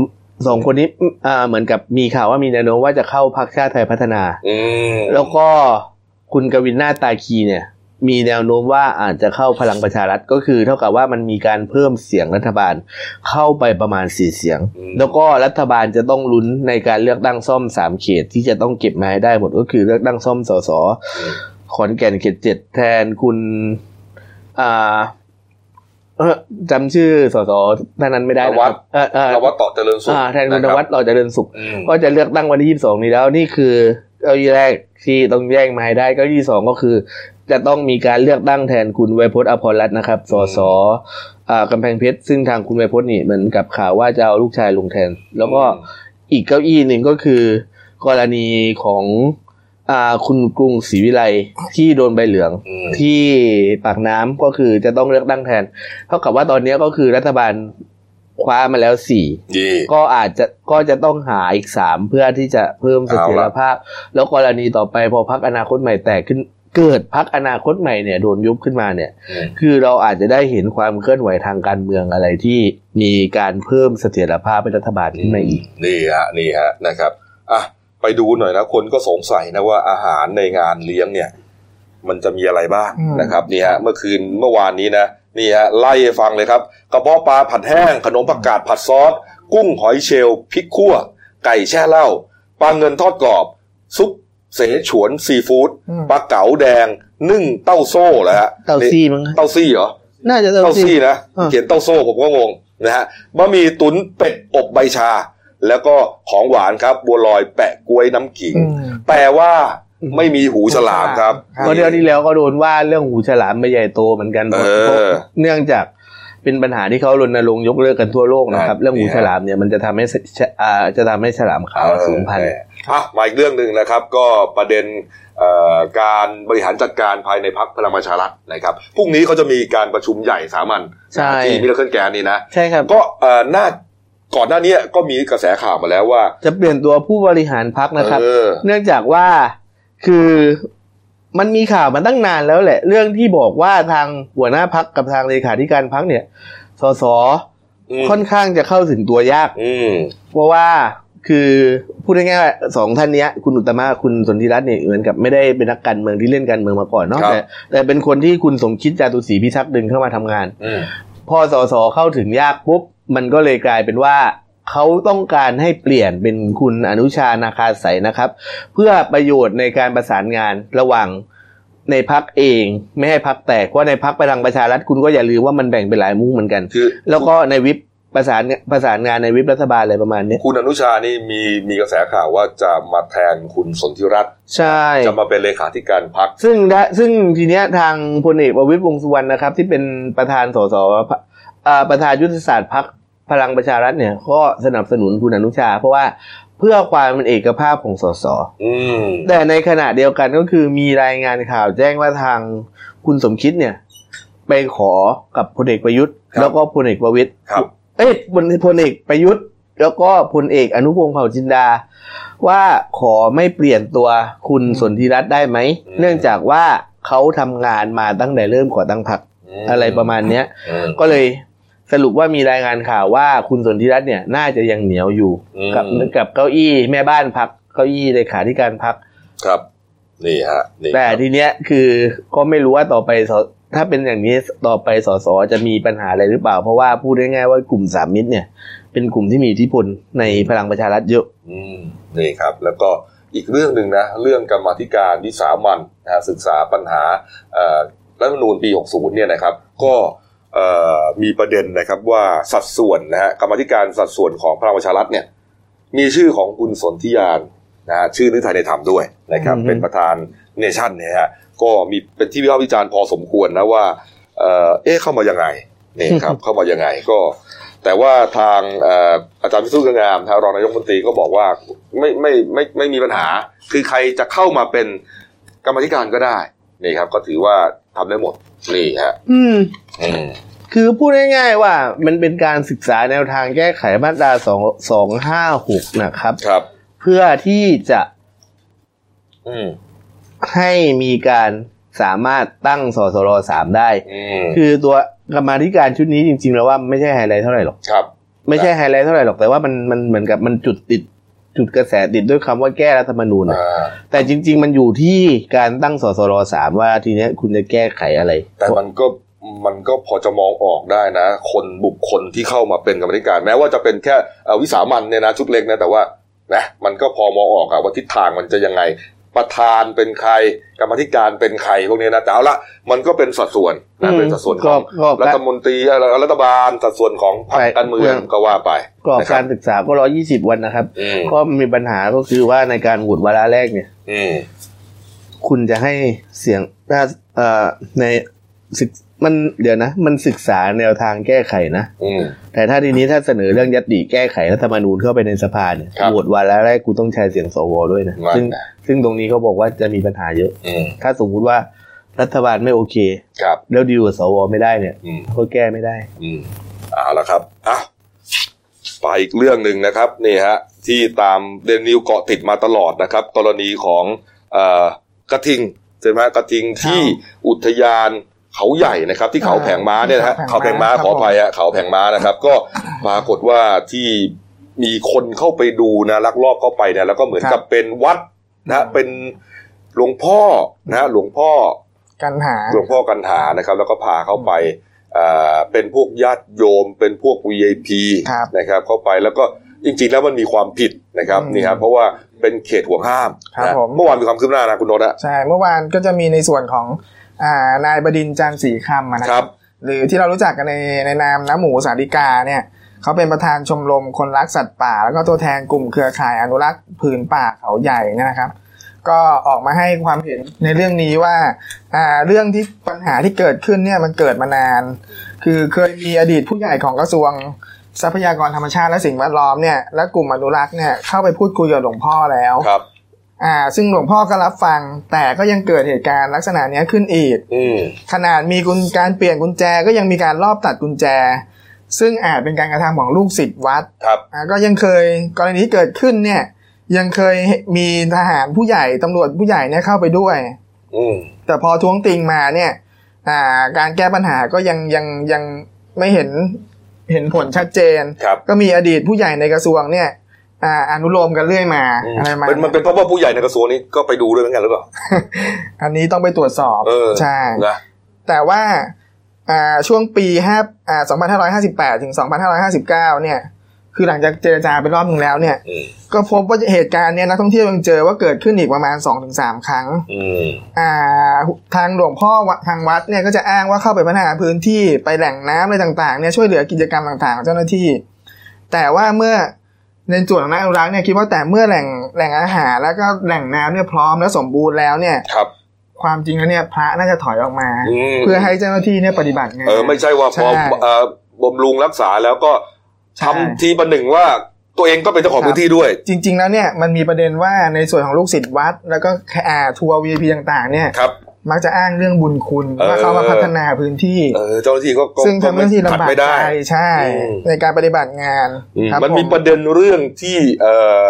[SPEAKER 3] สองคนนี้เอ่อเหมือนกับมีข่าวว่ามีแนวโน้มว่าจะเข้าพักชาติไทยพัฒนา
[SPEAKER 1] อืม
[SPEAKER 3] แล้วก็คุณกวินนาตาคีเนี่ย มีแนวโน้มว่าอาจจะเข้าพลังประชารัฐก็คือเท่ากับว่ามันมีการเพิ่มเสียงรัฐบาลเข้าไปประมาณสี่เสียง แล้วก็รัฐบาลจะต้องลุ้นในการเลือกตั้งซ่อมสามเขตที่จะต้องเก็บมาให้ได้หมดก็คือเลือกตั้งซ่อมสสขอนแก่นเขตเจ็ดแทนคุณอ่าเอ่อจำชื่อสสท่านนั้นไม่ได้นะครับเอ่อเอ่อ
[SPEAKER 1] เราว่าต่อเจริญสุข
[SPEAKER 3] อ่าแทนคุณนวัด
[SPEAKER 1] ะรับ
[SPEAKER 3] เราจะเดินสุข
[SPEAKER 1] อืม
[SPEAKER 3] ก็จะเลือกตั้งวันที่ยี่สิบสองนี้แล้วนี่คือเก้าอี้แรกที่ต้องแย่งมาให้ได้เก้าอี้สองก็คือ จะต้องมีการเลือกตั้งแทนคุณไวยพจน์อภรรัตน์นะครับสสอ่ากำแพงเพชรซึ่งทางคุณไวยพจน์นี่เหมือนกับข่าวว่าจะเอาลูกชายลงแทน แล้วก็อีกเก้าอี้หนึ่งก็คือ กรณีของอ่าคุณกรุงศรีวิไลที่โดนใบเหลือง
[SPEAKER 1] อืม
[SPEAKER 3] ที่ปากน้ำก็คือจะต้องเลือกตั้งแทน เท่ากับว่าตอนนี้ก็คือรัฐบาลคว้ามาแล้วสี่
[SPEAKER 1] ดี
[SPEAKER 3] ก็อาจจะก็จะต้องหาอีกสามเพื่อที่จะเพิ่มเสถียรภาพ แล้วกรณีต่อไปพอพักอนาคตใหม่แตกขึ้นเกิดพักอนาคตใหม่เนี่ยโดนยุบขึ้นมาเนี่ย
[SPEAKER 1] อืม
[SPEAKER 3] คือเราอาจจะได้เห็นความเคลื่อนไหวทางการเมืองอะไรที่มีการเพิ่มเสถียรภาพเป็นรัฐบาลขึ้นมาอีก
[SPEAKER 1] นี่ฮะนี่ฮะนะครับอ่ะไปดูหน่อยนะคนก็สงสัยนะว่าอาหารในงานเลี้ยงเนี่ย มันจะมีอะไรบ้าง
[SPEAKER 2] อืม
[SPEAKER 1] นะครับนี่ฮะเมื่อคืนเมื่อวานนี้นะนี่ฮะไล่ให้ฟังเลยครับกระเพาะปลาผัดแห้ง ขนมผักกาดผัดซอส กุ้งหอยเชลล์พริกขั่ว ไก่แช่เหล้าปลาเงินทอดกรอบ ซุปเสฉวนซีฟู้ด
[SPEAKER 2] อืม
[SPEAKER 1] ปลาเก๋าแดง นึ่งเต้าโซ่เหรอฮะ
[SPEAKER 3] เต้าซี่มั้ง
[SPEAKER 1] เต้าซี่เหรอ
[SPEAKER 3] น่าจะเต้า
[SPEAKER 1] เต้าซี่
[SPEAKER 3] ซี่
[SPEAKER 1] นะ
[SPEAKER 3] อ่า
[SPEAKER 1] เขียนเต้าโซ่ผมก็งงนะฮะบะหมี่ตุ๋นเป็ดอบใบชา แล้วก็ของหวานครับ บัวลอยแปะกล้วยน้ำขิง
[SPEAKER 2] อืม
[SPEAKER 1] แต่ว่าไม่มีหูฉลามครับ
[SPEAKER 2] ครับ
[SPEAKER 3] เพราะเดือนที่แล้วก็โดนว่าเรื่องหูฉลามไปใหญ่โตเหมือนกัน
[SPEAKER 1] เออ
[SPEAKER 3] เนื่องจาก เป็นปัญหาที่เขารณรงค์ยกเลิกกันทั่วโลกนะครับ เรื่องงูฉลามเนี่ยมันจะทำให้ฉอ่าจะทำให้ฉลามขาวสูญพันธุ์
[SPEAKER 1] อ่ะมาอีกเรื่องหนึ่งนะครับ ก็ประเด็นเอ่อการบริหารจัดการภายในพักพลังประชารัฐนะครับพรุ่งนี้เขาจะมีการประชุมใหญ่สามัญ
[SPEAKER 3] ใช่
[SPEAKER 1] ที่มิลเลอร์เคิลแกนนี่นะ
[SPEAKER 3] ใช่ครับ
[SPEAKER 1] ก็เอ่อหน้าก่อนหน้านี้ก็มีกระแสข่าวมาแล้วว่า
[SPEAKER 3] จะเปลี่ยนตัวผู้บริหารพักนะครับ
[SPEAKER 1] เออ
[SPEAKER 3] เนื่องจากว่าคือมันมีข่าวมาตั้งนานแล้วแหละ เรื่องที่บอกว่าทางหัวหน้าพักกับทางเลขาธิการพักเนี่ยสส
[SPEAKER 1] อืม
[SPEAKER 3] ค่อนข้างจะเข้าถึงตัวยาก
[SPEAKER 1] อืม
[SPEAKER 3] เพราะว่าคือพูดง่ายๆว่าสองท่านเนี้ย คุณอุตตมะคุณสนธิรัตน์เนี่ยเหมือนกับไม่ได้เป็นนักการเมืองที่เล่นการเมืองมาก่อนเนาะ
[SPEAKER 1] ครับ
[SPEAKER 3] แต่แต่เป็นคนที่คุณสมคิดจาตุศรีพิทักษ์ดึงเข้ามาทำงาน
[SPEAKER 1] อืม
[SPEAKER 3] พอสอสอเข้าถึงยากปุ๊บ มันก็เลยกลายเป็นว่า เขาต้องการให้เปลี่ยนเป็นคุณอนุชานาคาใสยนะครับ เพื่อประโยชน์ในการประสานงานระหว่างในพักเอง ไม่ให้พักแตกเพราะในพักพลังประชารัฐคุณก็อย่าลืมว่ามันแบ่งเป็นหลายมุ้งเหมือนกัน
[SPEAKER 1] คือ
[SPEAKER 3] แล้วก็ในวิปประสานประสานงานในวิปรัฐบาลอะไรประมาณเนี้ย
[SPEAKER 1] คุณอนุชานี่มีมีกระแสข่าวว่าจะมาแทนคุณสนธิรัตน์
[SPEAKER 3] ใช่
[SPEAKER 1] จะมาเป็นเลขาธิการพัก
[SPEAKER 3] ซึ่งได้ซึ่งทีเนี้ยทางพลเอกประวิตรวงษ์สุวรรณนะครับ ที่เป็นประธานสสเอ่อประธานยุทธศาสตร์พักพลังประชารัฐเนี่ยก็สนับสนุนคุณอนุชา เพราะว่าเพื่อความเป็นเอกภาพของสส
[SPEAKER 1] อืม
[SPEAKER 3] แต่ในขณะเดียวกันก็คือมีรายงานข่าวแจ้งว่าทางคุณสมคิดเนี่ยไปขอกับพลเอกประยุทธ์
[SPEAKER 1] ครับ
[SPEAKER 3] แล้วก็พลเอกประวิตร
[SPEAKER 1] ครับ
[SPEAKER 3] เอ้ยพลพลเอกประยุทธ์ แล้วก็พลเอกอนุพงศ์เผ่าจินดา ว่าขอไม่เปลี่ยนตัวคุณสนธิรัตน์ได้ไหม
[SPEAKER 1] อืม
[SPEAKER 3] เนื่องจากว่าเขาทำงานมาตั้งแต่เริ่มก่อตั้งพรรค
[SPEAKER 1] ม
[SPEAKER 3] อะไรประมาณเนี้ย
[SPEAKER 1] อืม
[SPEAKER 3] ก็เลยสรุปว่ามีรายงานข่าวว่าคุณสนธิรัตน์เนี่ยน่าจะยังเหนียวอยู่
[SPEAKER 1] อืม
[SPEAKER 3] กักับเก้าอี้แม่บ้านพรรคเก้าอี้เลขาธิการพรรค
[SPEAKER 1] ครับ นี่ฮะนี่
[SPEAKER 3] แต่
[SPEAKER 1] ครับ
[SPEAKER 3] ทีเนี้ยคือก็ไม่รู้ว่าต่อไปสถ้าเป็นอย่างนี้ต่อไปสสจะมีปัญหาอะไรหรือเปล่า เพราะว่าพูดง่ายๆว่ากลุ่มสามมิตรเนี่ย เป็นกลุ่มที่มีอิทธิพลในพลังประชารัฐเยอะ
[SPEAKER 1] อืมนี่ครับ แล้วก็อีกเรื่องหนึ่งนะ เรื่องกรรมาธิการวิสามันนะฮะศึกษาปัญหาเอ่อรัฐธรรมนูญปี 60 เนี่ยนะครับ ก็เอ่อมีประเด็นนะครับว่าสัดส่วนนะฮะกรรมาธิการสัดส่วนของพลังประชารัฐเนี่ย มีชื่อของคุณสนธิยานนะฮะชื่อนิทัยในธรรมด้วยนะครับ
[SPEAKER 3] อือฮึ
[SPEAKER 1] เป็นประธานเนชั่นเนี่ยฮะก็มีเป็นที่วิพากษ์วิจารณ์พอสมควรนะว่า เอ่อเอ๊ะเข้ามายังไงนี่ครับ
[SPEAKER 3] <laughs>
[SPEAKER 1] เข้ามายังไงก็ แต่ว่าทางเอ่ออาจารย์พิสุทธิ์เรืองงามทางรองนายกรัฐมนตรีก็บอกว่าไม่ไม่ไมไม่ไม่มีปัญหา คือใครจะเข้ามาเป็นกรรมาธิการก็ได้นี่ครับ ก็ถือว่าทำได้หมดนี่ฮะ
[SPEAKER 3] อืม
[SPEAKER 1] อืม
[SPEAKER 3] คือพูดง่ายๆว่ามันเป็นการศึกษาแนวทางแก้ไขมาตราสองสองห้าหกนะครับ
[SPEAKER 1] ครับ
[SPEAKER 3] เพื่อที่จะ
[SPEAKER 1] อืม
[SPEAKER 3] ให้มีการสามารถตั้งสสรสามได้
[SPEAKER 1] อืม
[SPEAKER 3] คือตัวกรรมาธิการชุดนี้จริงๆแล้วว่าไม่ใช่ไฮไลท์เท่าไหร่หรอก
[SPEAKER 1] ครับ
[SPEAKER 3] ไม่ใช่ไฮไลท์เท่าไหร่หรอกแต่ว่ามันมันเหมือนกับมันจุดติดจุดกระแสติดด้วยคำว่าแก้รัฐธรรมนูญอะ
[SPEAKER 1] อ่า
[SPEAKER 3] แต่จริง ๆ มันอยู่ที่การตั้งสสรสามว่าทีเนี้ยคุณจะแก้ไขอะไร
[SPEAKER 1] แต่มันก็มันก็พอจะมองออกได้นะ คนบุคคลที่เข้ามาเป็นกรรมาธิการ แม้ว่าจะเป็นแค่เอ่อวิสามันเนี่ยนะชุดเล็กนะแต่ว่านะมันก็พอมองออกอะว่าทิศทางมันจะยังไง ประธานเป็นใครกรรมาธิการเป็นใครพวกเนี้ยนะแต่เอาละมันก็เป็นสัดส่วนนะ
[SPEAKER 3] อืม
[SPEAKER 1] เป็นสัดส่วนของ
[SPEAKER 3] ก็ก็
[SPEAKER 1] รัฐมนตรีเอ่อรัฐบาลสัดส่วนของพรรคการเมือง
[SPEAKER 3] ใช่
[SPEAKER 1] ก็ว่าไป
[SPEAKER 3] กรอบ
[SPEAKER 1] นะ
[SPEAKER 3] การ
[SPEAKER 1] คั
[SPEAKER 3] ร
[SPEAKER 1] บ
[SPEAKER 3] ศึกษาก็ร้อยี่สิบวันนะครับ
[SPEAKER 1] อืม
[SPEAKER 3] ก็มีปัญหาก็คือว่าในการโหวตวาระแรกเนี่ย
[SPEAKER 1] อืม
[SPEAKER 3] คุณจะให้เสียงน่าเอ่อในศึกมันเดี๋ยวนะ มันศึกษาแนวทางแก้ไขนะ
[SPEAKER 1] อืม
[SPEAKER 3] แต่ถ้าทีนี้ถ้าเสนอเรื่องยัตติแก้ไขรัฐธรรมนูญเข้าไปในสภาเนี่ย
[SPEAKER 1] ครับ
[SPEAKER 3] โหวตวาระแรกกูต้องใช้เสียงสวด้วยนะ
[SPEAKER 1] ว่า
[SPEAKER 3] ซึ่ง
[SPEAKER 1] นะ
[SPEAKER 3] ซึ่งตรงนี้เขาบอกว่าจะมีปัญหาเยอะ
[SPEAKER 1] อืม
[SPEAKER 3] ถ้าสมมุติว่ารัฐบาลไม่โอเค
[SPEAKER 1] ครับ
[SPEAKER 3] แล้วดีลกับสวไม่ได้เนี่ย
[SPEAKER 1] อืม
[SPEAKER 3] ก็แก้ไม่ได้
[SPEAKER 1] อืมเอาละครับอ่ะไปอีกเรื่องหนึ่งนะครับนี่ฮะที่ตามเดนนิวเกาะติดมาตลอดนะครับ กรณีของเอ่อกระทิงใช่ไหมกระทิงที่อุทยานเขาใหญ่นะครับ ที่เขาแผงม้าเนี่ยนะฮะเขา
[SPEAKER 2] เขา
[SPEAKER 1] แผ
[SPEAKER 2] แผ
[SPEAKER 1] ง
[SPEAKER 2] ง
[SPEAKER 1] ม้า
[SPEAKER 2] ม้า
[SPEAKER 1] ขออภัยฮะเขาแผงม้านะครับ ก็ปรากฏว่าที่มีคนเข้าไปดูนะลักลอบเข้าไปเนี่ยแล้วก็เหมือน
[SPEAKER 2] ครั
[SPEAKER 1] กับบ เป็นวัดนะฮะเป็นหลวงพ่อนะฮะหลวงพ่อ
[SPEAKER 2] กันหา
[SPEAKER 1] หลวงพ่อกันหานะครับ แล้วก็พาเข้าไปเอ่อเป็นพวกญาติโยม เป็นพวก VIP
[SPEAKER 2] ครับ
[SPEAKER 1] นะครับ เข้าไปแล้วก็จริง ๆ แล้วมันมีความผิดนะครับ
[SPEAKER 2] อืม
[SPEAKER 1] นี่ครับเพราะว่าเป็นเขตห่วงห้าม
[SPEAKER 2] ครับ
[SPEAKER 1] นะ
[SPEAKER 2] ผม
[SPEAKER 1] เมื่อวานมีความคืบหน้านะคุณโนตนะ
[SPEAKER 2] ใช่เมื่อวานก็จะมีในส่วนของอ่านายบดินทร์จันทร์ศรีคำอะนะ
[SPEAKER 1] ค
[SPEAKER 2] ค
[SPEAKER 1] รั
[SPEAKER 2] รับ บ หรือที่เรารู้จักกันในในนามน้าหมูสาธิกาเนี่ยเขาเป็นประธานชมรมคนรักสัตว์ป่า แล้วก็ตัวแทนกลุ่มเครือข่ายอนุรักษ์ผืนป่าเขาใหญ่เนยนะครับ ก็ออกมาให้ความเห็นในเรื่องนี้ว่าอ่าเรื่องที่ปัญหาที่เกิดขึ้นเนี่ยมันเกิดมานาน คือเคยมีอดีตผู้ใหญ่ของกระทรวงทรัพยากรธรรมชาติและสิ่งแวดล้อมเนี่ยและกลุ่มอนุรักษ์เนี่ยเข้าไปพูดคุยกับหลวงพ่อแล้ว
[SPEAKER 1] ครับ
[SPEAKER 2] อ่า ซึ่งหลวงพ่อก็รับฟัง แต่ก็ยังเกิดเหตุการณ์ลักษณะเนี้ยขึ้นอีก
[SPEAKER 1] อืม
[SPEAKER 2] ขนาดมีกุญการเปลี่ยนกุญแจก็ยังมีการลอบตัดกุญแจ ซึ่งอาจเป็นการกระทำของลูกศิษย์วัด
[SPEAKER 1] ครับ
[SPEAKER 2] อ่าก็ยังเคยกรณีที่เกิดขึ้นเนี่ย ยังเคยมีทหารผู้ใหญ่ ตำรวจผู้ใหญ่เนี่ยเข้าไปด้วย
[SPEAKER 1] อืม
[SPEAKER 2] แต่พอท้วงติงมาเนี่ย อ่า การแก้ปัญหาก็ยังยังยังไม่เห็นเห็นผลชัดเจน
[SPEAKER 1] ครับ
[SPEAKER 2] ก็มีอดีตผู้ใหญ่ในกระทรวงเนี่ย อ่าอนุโลมกันเรื่อยมาอะไรมา
[SPEAKER 1] เป็นมันเป็นเพราะว่าผู้ใหญ่ในกระทรวงนี้ก็ไปดูด้วยเหมือนกันหรือเปล่า
[SPEAKER 2] อันนี้ต้องไปตรวจสอบ
[SPEAKER 1] เออ
[SPEAKER 2] ใช่
[SPEAKER 1] นะ
[SPEAKER 2] แต่ว่าอ่าช่วงปี5อ่า2558 ถึง 2559 เนี่ย คือหลังจากเจรจาไปรอบหนึ่งแล้วเนี่ย
[SPEAKER 1] อืม
[SPEAKER 2] ก็พบว่าเหตุการณ์เนี่ยนักท่องเที่ยวยังเจอว่าเกิดขึ้นอีกประมาณ 2-3 ครั้ง
[SPEAKER 1] อืม
[SPEAKER 2] อ่าทางหลวงพ่อวัดทางวัดเนี่ยก็จะอ้างว่าเข้าไปพัฒนาพื้นที่ไปแหล่งน้ำอะไรต่างๆเนี่ยช่วยเหลือกิจกรรมต่างๆของเจ้าหน้าที่ แต่ว่าเมื่อในส่วนของนักอนุรักษ์เนี่ยคิดว่าแต่เมื่อแหล่งแหล่งอาหารแล้วก็แหล่งน้ำเนี่ยพร้อมและสมบูรณ์แล้วเนี่ย
[SPEAKER 1] ครับ
[SPEAKER 2] ความจริงแล้วเนี่ยพระน่าจะถอยออกมา
[SPEAKER 1] อืม
[SPEAKER 2] เพื่อให้เจ้าหน้าที่เนี่ยปฏิบัติงาน
[SPEAKER 1] เออไม่ใช่ว่าพอ
[SPEAKER 2] ใช่
[SPEAKER 1] เอ่อบำรุงรักษาแล้วก็
[SPEAKER 2] ใช่
[SPEAKER 1] ทำทีประหนึ่งว่าตัวเองก็เป็นเจ้าของพื้นที่ด้วย
[SPEAKER 2] จริง ๆ แล้วเนี่ยมันมีประเด็นว่าในส่วนของลูกศิษย์วัด แล้วก็แขกอ่าทัวร์วีพีต่างๆ เนี่ย
[SPEAKER 1] ครับ
[SPEAKER 2] มักจะอ้างเรื่องบุญคุณ
[SPEAKER 1] เออ
[SPEAKER 2] ว่าเขามาพัฒนาพื้นที่
[SPEAKER 1] เออเจ้าหน้าที่ก็ก็
[SPEAKER 2] ซึ่งทำหน้าที่ลำบาก
[SPEAKER 1] ขัดไม่ได้
[SPEAKER 2] ใจใช่
[SPEAKER 1] อืม
[SPEAKER 2] ในการปฏิบัติงาน
[SPEAKER 1] อืม
[SPEAKER 2] ครับ
[SPEAKER 1] มันมี
[SPEAKER 2] ผ
[SPEAKER 1] ประเด็นเรื่องที่เออ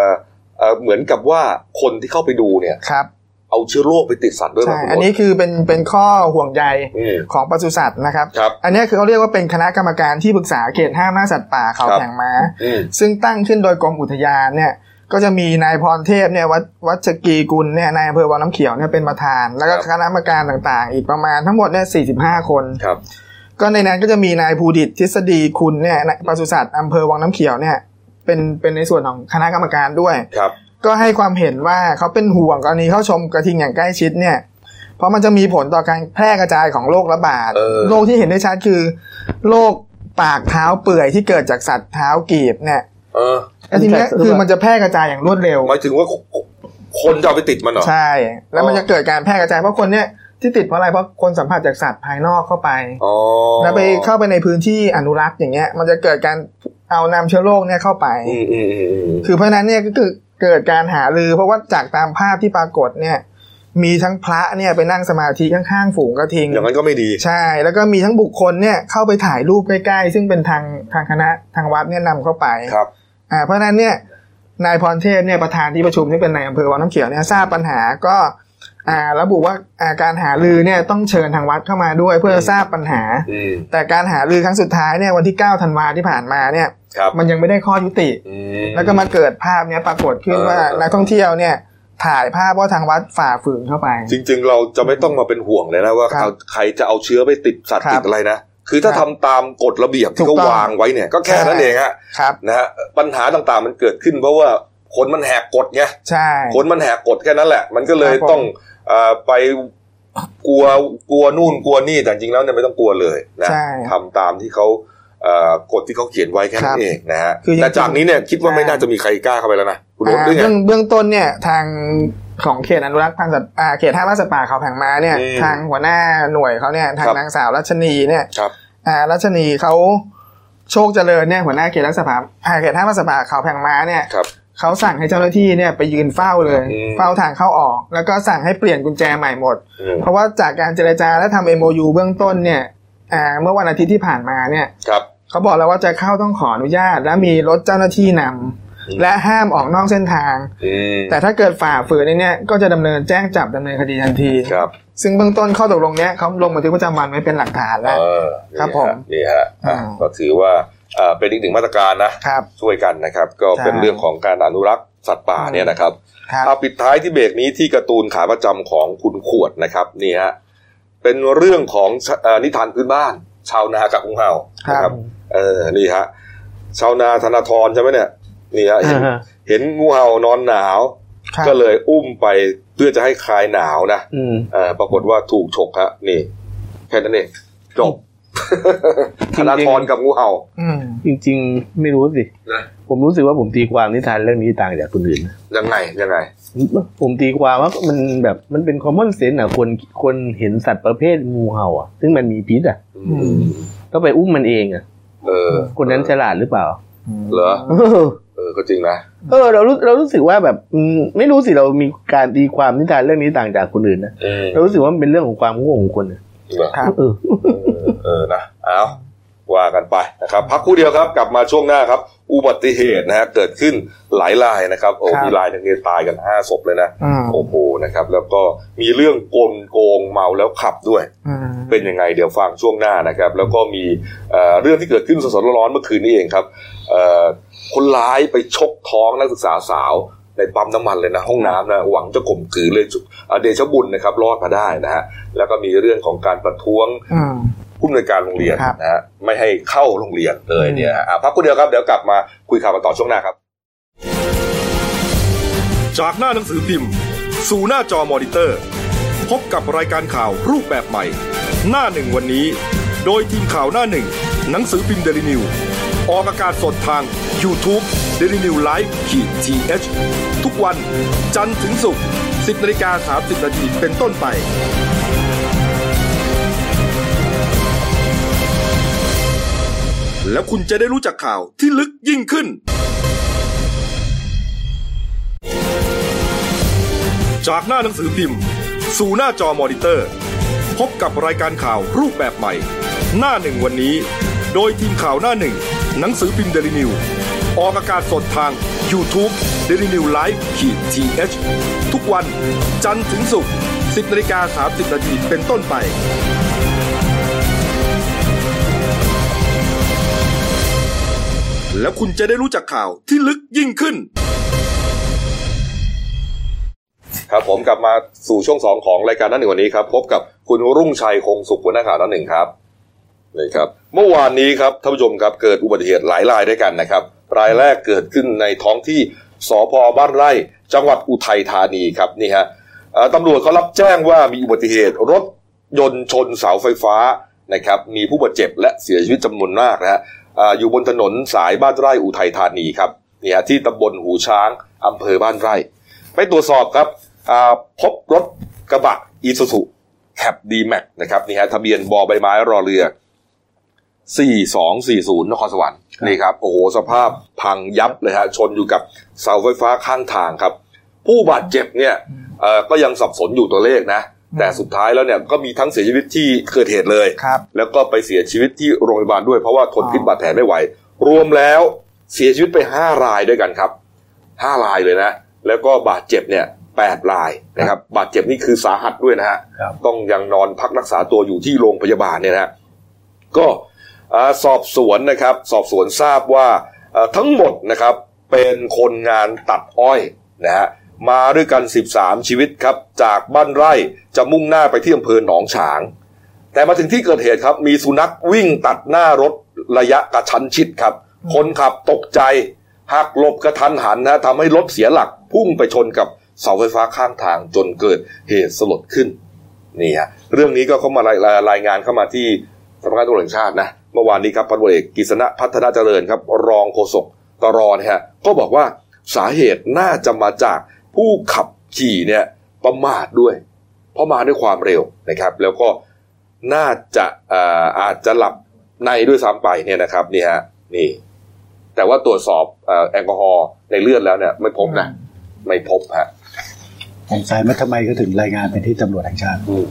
[SPEAKER 1] เอ่อเหมือนกับว่าคนที่เข้าไปดูเนี่ย
[SPEAKER 2] ครับ
[SPEAKER 1] เอาเชื้อโรคไปติดสัตว์ด้วย
[SPEAKER 2] ใช่
[SPEAKER 1] มั้ย
[SPEAKER 2] อันนี้คือเป็นเป็นข้อห่วงใย
[SPEAKER 1] อืม
[SPEAKER 2] ของปศุสัตว์นะครับ
[SPEAKER 1] ครับ
[SPEAKER 2] อันเนี้ยคือเขาเรียกว่าเป็นคณะกรรมการที่ปรึกษาเขตห้ามล่าสัตว์ป่าเขา
[SPEAKER 1] ครับ
[SPEAKER 2] แข่งม้า
[SPEAKER 1] อืม
[SPEAKER 2] ซึ่งตั้งขึ้นโดยกรมอุทยานเนี่ย ก็จะมีนายพรเทพเนี่ยวัดวัชกีกุลเนี่ยนายอำเภอวังน้ำเขียวเนี่ยเป็นประธาน แล้วก็คณะกรรมการต่างๆ อีกประมาณทั้งหมดเนี่ยสี่สิบห้าคน
[SPEAKER 1] ครับ
[SPEAKER 2] ก็ในนั้นก็จะมีนายภูดิตทฤษฎีคุณเนี่ยนายปศุสัตว์อำเภอวังน้ำเขียวเนี่ย เป็นเป็นในส่วนของคณะกรรมการด้วย
[SPEAKER 1] ครับ
[SPEAKER 2] ก็ให้ความเห็นว่าเขาเป็นห่วงกรณีเข้าชมกระทิงอย่างใกล้ชิดเนี่ย เพราะมันจะมีผลต่อการแพร่กระจายของโรคระบาด
[SPEAKER 1] เออ
[SPEAKER 2] โรคที่เห็นได้ชัดคือโรคปากเท้าเปื่อยที่เกิดจากสัตว์เท้ากีบเนี่ย
[SPEAKER 1] เออ
[SPEAKER 2] แล้วทีเนี้ยคือมันจะแพร่กระจายอย่างรวดเร็ว
[SPEAKER 1] หมายถึงว่าคนจะเอาไปติดมันเหรอ
[SPEAKER 2] ใช่ แล้วมัน
[SPEAKER 1] อ๋อ
[SPEAKER 2] จะเกิดการแพร่กระจายเพราะคนเนี่ยที่ติดเพราะอะไรเพราะคนสัมผัสจากสัตว์ภายนอกเข้าไป
[SPEAKER 1] อ๋อ
[SPEAKER 2] แล้วไปเข้าไปในพื้นที่อนุรักษ์อย่างเงี้ย มันจะเกิดการเอานำเชื้อโรคเนี่ยเข้าไป
[SPEAKER 1] อืมอืมอืมอืม
[SPEAKER 2] คือเพราะฉะนั้นเนี่ยก็คือเกิดการหาลือ เพราะว่าจากตามภาพที่ปรากฏเนี่ย มีทั้งพระเนี่ยไปนั่งสมาธิข้างๆฝูงกระทิง
[SPEAKER 1] อย่างนั้นก็ไม่ดี
[SPEAKER 2] ใช่ แล้วก็มีทั้งบุคคลเนี่ยเข้าไปถ่ายรูปใกล้ๆซึ่งเป็นทางทางคณะทางวัดเนี่ยนำเข้าไป
[SPEAKER 1] ครับ
[SPEAKER 2] อ่าเพราะฉะนั้นเนี่ยนายพรเทพเนี่ยประธานที่ประชุมที่เป็นนายอำเภอวังน้ำเขียวเนี่ยทราบปัญหาก็อ่าระบุว่าอ่าการหาลือเนี่ยต้องเชิญทางวัดเข้ามาด้วยเพื่อทราบปัญหา
[SPEAKER 1] อืม
[SPEAKER 2] แต่การหารือครั้งสุดท้ายเนี่ยวันที่9ธันวาที่ผ่านมาเนี่ย
[SPEAKER 1] ครับ
[SPEAKER 2] มันยังไม่ได้ข้อยุติ
[SPEAKER 1] อืม
[SPEAKER 2] แล้วก็มาเกิดภาพเนี้ยปรากฏขึ้น
[SPEAKER 1] เออ
[SPEAKER 2] ว่านักท่องเที่ยวเนี่ย ถ่ายภาพว่าทางวัดฝ่าฝืนเข้าไป
[SPEAKER 1] จริง ๆ เราจะไม่ต้องมาเป็นห่วงเลยนะว่า
[SPEAKER 2] ครับ
[SPEAKER 1] เอาใครจะเอาเชื้อไปติดสัตว์
[SPEAKER 2] ครับ
[SPEAKER 1] ติดอะไรนะ คือถ้า
[SPEAKER 2] ครั
[SPEAKER 1] ทำ
[SPEAKER 2] บ
[SPEAKER 1] ตามกฎระเบียบ
[SPEAKER 2] ถู
[SPEAKER 1] ที่
[SPEAKER 2] กต้
[SPEAKER 1] เขา
[SPEAKER 2] อง
[SPEAKER 1] วางไว้เนี่ยก็แค่นั้นเองฮะ
[SPEAKER 2] ครับ
[SPEAKER 1] นะฮะปัญหาต่างๆมันเกิดขึ้นเพราะว่าคนมันแหกกฎไง
[SPEAKER 2] ใช่
[SPEAKER 1] คนมันแหกกฎแค่นั้นแหละ มันก็เลย
[SPEAKER 2] ครับผม
[SPEAKER 1] ต้องเอ่อไปกลัวกลัวนู่นกลัวนี่แต่จริงแล้วเนี่ยไม่ต้องกลัวเลยนะ
[SPEAKER 2] ใช่
[SPEAKER 1] ทำตามที่เขาเอ่อกฎที่เขาเขียนไว้แค่
[SPEAKER 2] ครั
[SPEAKER 1] นั้
[SPEAKER 2] บ
[SPEAKER 1] นเองนะฮะ
[SPEAKER 2] คือจริงๆ
[SPEAKER 1] แต่จากนี้เนี่ยคิดว่า
[SPEAKER 2] ใช่
[SPEAKER 1] ไม่น่าจะมีใครกล้าเข้าไปแล้วนะคุณโอ๊ต
[SPEAKER 2] อ่า
[SPEAKER 1] ด้วยไง
[SPEAKER 2] เบื้องเบื้องต้นเนี่ยทางของเขตอนุรักษ์พันธุ์สัตว์อ่าเขตท่ามาสัตว์ป่าเขาแผงม้าเนี่ย
[SPEAKER 1] อืม
[SPEAKER 2] ทางหัวหน้าหน่วยเขาเนี่ยทาง
[SPEAKER 1] ครับ
[SPEAKER 2] นางสาวรัชนีเนี่ย
[SPEAKER 1] ครับ
[SPEAKER 2] อ่ารัชนีเขาโชคเจริญเนี่ยหัวหน้าเขตรักษาป่าอ่าเขตท่ามาสัตว์ป่าเขาแผงม้าเนี่ย
[SPEAKER 1] ครับ
[SPEAKER 2] เขาสั่งให้เจ้าหน้าที่เนี่ยไปยืนเฝ้าเลย
[SPEAKER 1] อืม
[SPEAKER 2] เฝ้าทางเข้าออก แล้วก็สั่งให้เปลี่ยนกุญแจใหม่หมด
[SPEAKER 1] อืม
[SPEAKER 2] เพราะว่าจากการเจรจาและทำ MOU เบื้องต้นเนี่ยอ่าเมื่อวันอาทิตย์ที่ผ่านมาเนี่ย
[SPEAKER 1] ครับ
[SPEAKER 2] เขาบอกแล้วว่าจะเข้าต้องขออนุญาต และมีรถเจ้าหน้าที่นำ
[SPEAKER 1] อืม
[SPEAKER 2] และห้ามออกนอกเส้นทาง
[SPEAKER 1] อืม
[SPEAKER 2] แต่ถ้าเกิดฝ่าฝืนเนี่ยก็จะดำเนินแจ้งจับดำเนินคดีทันที
[SPEAKER 1] ครับ
[SPEAKER 2] ซึ่งเบื้องต้นข้อตกลงเนี้ยเขาลงบันทึกประจำวันไว้เป็นหลักฐานแล้ว
[SPEAKER 1] เออ
[SPEAKER 2] ครับ
[SPEAKER 1] นี่ฮะ
[SPEAKER 2] ผม
[SPEAKER 1] นี่ฮะอ่ะ
[SPEAKER 2] อ่า
[SPEAKER 1] ก็ถือว่าเอ่อเป็นอีกหนึ่งมาตรการนะครับ ช่วยกันนะครับ ก็เป็น
[SPEAKER 2] ใช่
[SPEAKER 1] เรื่องของการอนุรักษ์สัตว์ป่าเนี่ยนะครับ
[SPEAKER 2] ครับ
[SPEAKER 1] เอาปิดท้ายที่เบรกนี้ที่การ์ตูนขาประจำของคุณขวดนะครับนี่ฮะเป็นเรื่องของชเอ่อนิทานพื้นบ้าน ชาวนากับของเฮานะ
[SPEAKER 2] อืม
[SPEAKER 1] เออนี่ฮะชาวนาธนาธรใช่ไหมเนี่ยนี่ฮะเห็น
[SPEAKER 3] อ่าฮะ
[SPEAKER 1] เห็นงูเห่านอนหนาว
[SPEAKER 2] ครับ
[SPEAKER 1] ก็เลยอุ้มไปเพื่อจะให้คลายหนาวนะ
[SPEAKER 3] อืม
[SPEAKER 1] เออปรากฏว่าถูกฉกฮะนี่แค่นั้นเองจบธนาธรกับงูเห่า
[SPEAKER 2] อืม
[SPEAKER 3] จริง ๆ ไม่รู้สิ
[SPEAKER 1] นะ
[SPEAKER 3] ผมรู้สึกว่าผมตีความนิทานเรื่องนี้ต่างจากคนอื่นนะ
[SPEAKER 1] ยังไงยังไง
[SPEAKER 3] ผมตีความว่ามันแบบมันเป็นคอมมอนเซนส์อ่ะคนคนเห็นสัตว์ประเภทงูเห่าอ่ะ ซึ่งมันมีพิษอ่ะ
[SPEAKER 1] อืม
[SPEAKER 3] ก็ไปอุ้มมันเองอ่ะ
[SPEAKER 1] เออ
[SPEAKER 3] คนนั้นฉลาดหรือเปล่า
[SPEAKER 1] เหรอ
[SPEAKER 3] เออ
[SPEAKER 1] เออก็จริงนะ
[SPEAKER 3] เออ เรารู้เรารู้สึกว่าแบบอืมไม่รู้สิเรามีการตีความนิทานเรื่องนี้ต่างจากคนอื่นนะ
[SPEAKER 1] อืม
[SPEAKER 3] เรารู้สึกว่ามันเป็นเรื่องของความโง่ของคนอะ
[SPEAKER 1] เหรอ
[SPEAKER 2] ครับ
[SPEAKER 3] เออ
[SPEAKER 1] เออเออนะเอาว่ากันไปนะครับ พักครู่เดียวครับกลับมาช่วงหน้าครับ อุบัติเหตุนะฮะเกิดขึ้นหลายรายนะครับโอ้
[SPEAKER 2] ครับ
[SPEAKER 1] มีรายหนึ่งเนี่ยตายกันห้าศพเลยนะ
[SPEAKER 2] อืม
[SPEAKER 1] โอ้โหนะครับ แล้วก็มีเรื่องกลโกงเมาแล้วขับด้วย
[SPEAKER 2] อืม
[SPEAKER 1] เป็นยังไงเดี๋ยวฟังช่วงหน้านะครับ แล้วก็มีเอ่อเรื่องที่เกิดขึ้นสดๆร้อนๆเมื่อคืนนี้เองครับเอ่อคนร้ายไปชกท้องนักศึกษาสาวในปั๊มน้ำมันเลยนะ ห้องน้ำนะหวังจะข่มขืนเลยจุเอ่อเดชบุญนะครับรอดมาได้นะฮะแล้วก็มีเรื่องของการประท้วง
[SPEAKER 2] อืม
[SPEAKER 1] ผู้อำนวยการโรงเรียน
[SPEAKER 2] ครับ
[SPEAKER 1] นะฮะไม่ให้เข้าโรงเรียนเลยเนี่ยฮะอ่ะพักกูเดียวครับ เดี๋ยวกลับมาคุยข่าวกันต่อช่วงหน้าครับ
[SPEAKER 4] จากหน้าหนังสือพิมพ์ สู่หน้าจอมอนิเตอร์ พบกับรายการข่าวรูปแบบใหม่ หน้าหนึ่งวันนี้ โดยทีมข่าวหน้าหนึ่ง หนังสือพิมพ์เดลิวิวออกอากาศสดทาง y o u t u เด d ิวิวไลฟ์ขีดทีเทุกวันจันทร์ถึงศุกร์10นาฬิกา30นาทีเป็นต้นไป แล้วคุณจะได้รู้จักข่าวที่ลึกยิ่งขึ้น จากหน้าหนังสือพิมพ์ สู่หน้าจอมอนิเตอร์ พบกับรายการข่าวรูปแบบใหม่ หน้าหนึ่งวันนี้ โดยทีมข่าวหน้าหนึ่ง หนังสือพิมพ์เดลิวิวออกอากาศสดทาง y o u t u เด d ิวิวไลฟ์ขีดทีเทุกวันจันทร์ถึงศุกร์10นาฬิกา30นาทีเป็นต้นไป แล้วคุณจะได้รู้จักข่าวที่ลึกยิ่งขึ้น
[SPEAKER 1] ครับผมกลับมาสู่ช่วงสองของรายการหนั่นหนึ่งวันนี้ครับ พบกับคุณรุ่งชัยคงสุขหัวหน้าข่าวหนั่นหนึ่งครับนี่ครับ เมื่อวานนี้ครับท่านผู้ชมครับเกิดอุบัติเหตุหลายรายด้วยกันนะครับ รายแรกเกิดขึ้นในท้องที่สพบ้านไร่ จังหวัดอุทัยธานีครับนี่ฮะเอ่อตำรวจเขารับแจ้งว่ามีอุบัติเหตุรถยนต์ชนเสาไฟฟ้านะครับมีผู้บาดเจ็บและเสียชีวิตจำนวนมากนะฮะเอ่ออยู่บนถนนสายบ้านไร่อุทัยธานีครับนี่ฮะที่ตำบลหูช้างอำเภอบ้านไร่ ไปตรวจสอบครับอ่าพบรถกระบะอีซูซุแคปดีแม็กนะครับนี่ฮะทะเบียนบอใบไม้รอเรือ 4240 นครสวรรค์นี่ครับ โอ้โห สภาพพังยับเลยฮะ ชนอยู่กับเสาไฟฟ้าข้างทางครับ ผู้บาดเจ็บเนี่ยเอ่อก็ยังสับสนอยู่ตัวเลขนะ แต่สุดท้ายแล้วเนี่ยก็มีทั้งเสียชีวิตที่เกิดเหตุเลย
[SPEAKER 2] ครับ
[SPEAKER 1] แล้วก็ไปเสียชีวิตที่โรงพยาบาลด้วยเพราะว่าทน
[SPEAKER 2] อ๋อ
[SPEAKER 1] พิษบาดแผลไม่ไหว รวมแล้วเสียชีวิตไป 5 รายด้วยกันครับ 5 รายเลยนะ แล้วก็บาดเจ็บเนี่ยแปดรายนะครับ บาดเจ็บนี่คือสาหัสด้วยนะฮะ
[SPEAKER 5] ครับ
[SPEAKER 1] ต้องยังนอนพักรักษาตัวอยู่ที่โรงพยาบาลเนี่ยนะฮะ ก็อ่าสอบสวนนะครับ สอบสวนทราบว่าเอ่อทั้งหมดนะครับเป็นคนงานตัดอ้อยนะฮะมาด้วยกัน 13 ชีวิตครับ จากบ้านไร่จะมุ่งหน้าไปที่อำเภอหนองฉาง แต่มาถึงที่เกิดเหตุครับ มีสุนัขวิ่งตัดหน้ารถระยะกระชั้นชิดครับ คนขับตกใจหักหลบกระทันหันนะทำให้รถเสียหลักพุ่งไปชนกับเสาไฟฟ้าข้างทางจนเกิดเหตุสลดขึ้น นี่ฮะเรื่องนี้ก็เข้ามารายรายรายงานเข้ามาที่สำนักงานตำรวจแห่งชาตินะเมื่อวานนี้ครับพันตำรวจเอกกฤษณะพัฒนาเจริญครับ รองโฆษกตรเนี่ยฮะก็บอกว่าสาเหตุน่าจะมาจากผู้ขับขี่เนี่ยประมาทด้วย เพราะมาด้วยความเร็วนะครับ แล้วก็น่าจะเอ่ออาจจะหลับในด้วยซ้ำไปเนี่ยนะครับนี่ฮะนี่ แต่ว่าตรวจสอบเอ่อแอลกอฮอล์ในเลือดแล้วเนี่ยไม่พบนะไม่พบฮะ
[SPEAKER 5] ผมสายว่าทำไมเขาถึงรายงานไปที่ตำรวจแห่งชาติ
[SPEAKER 1] อืม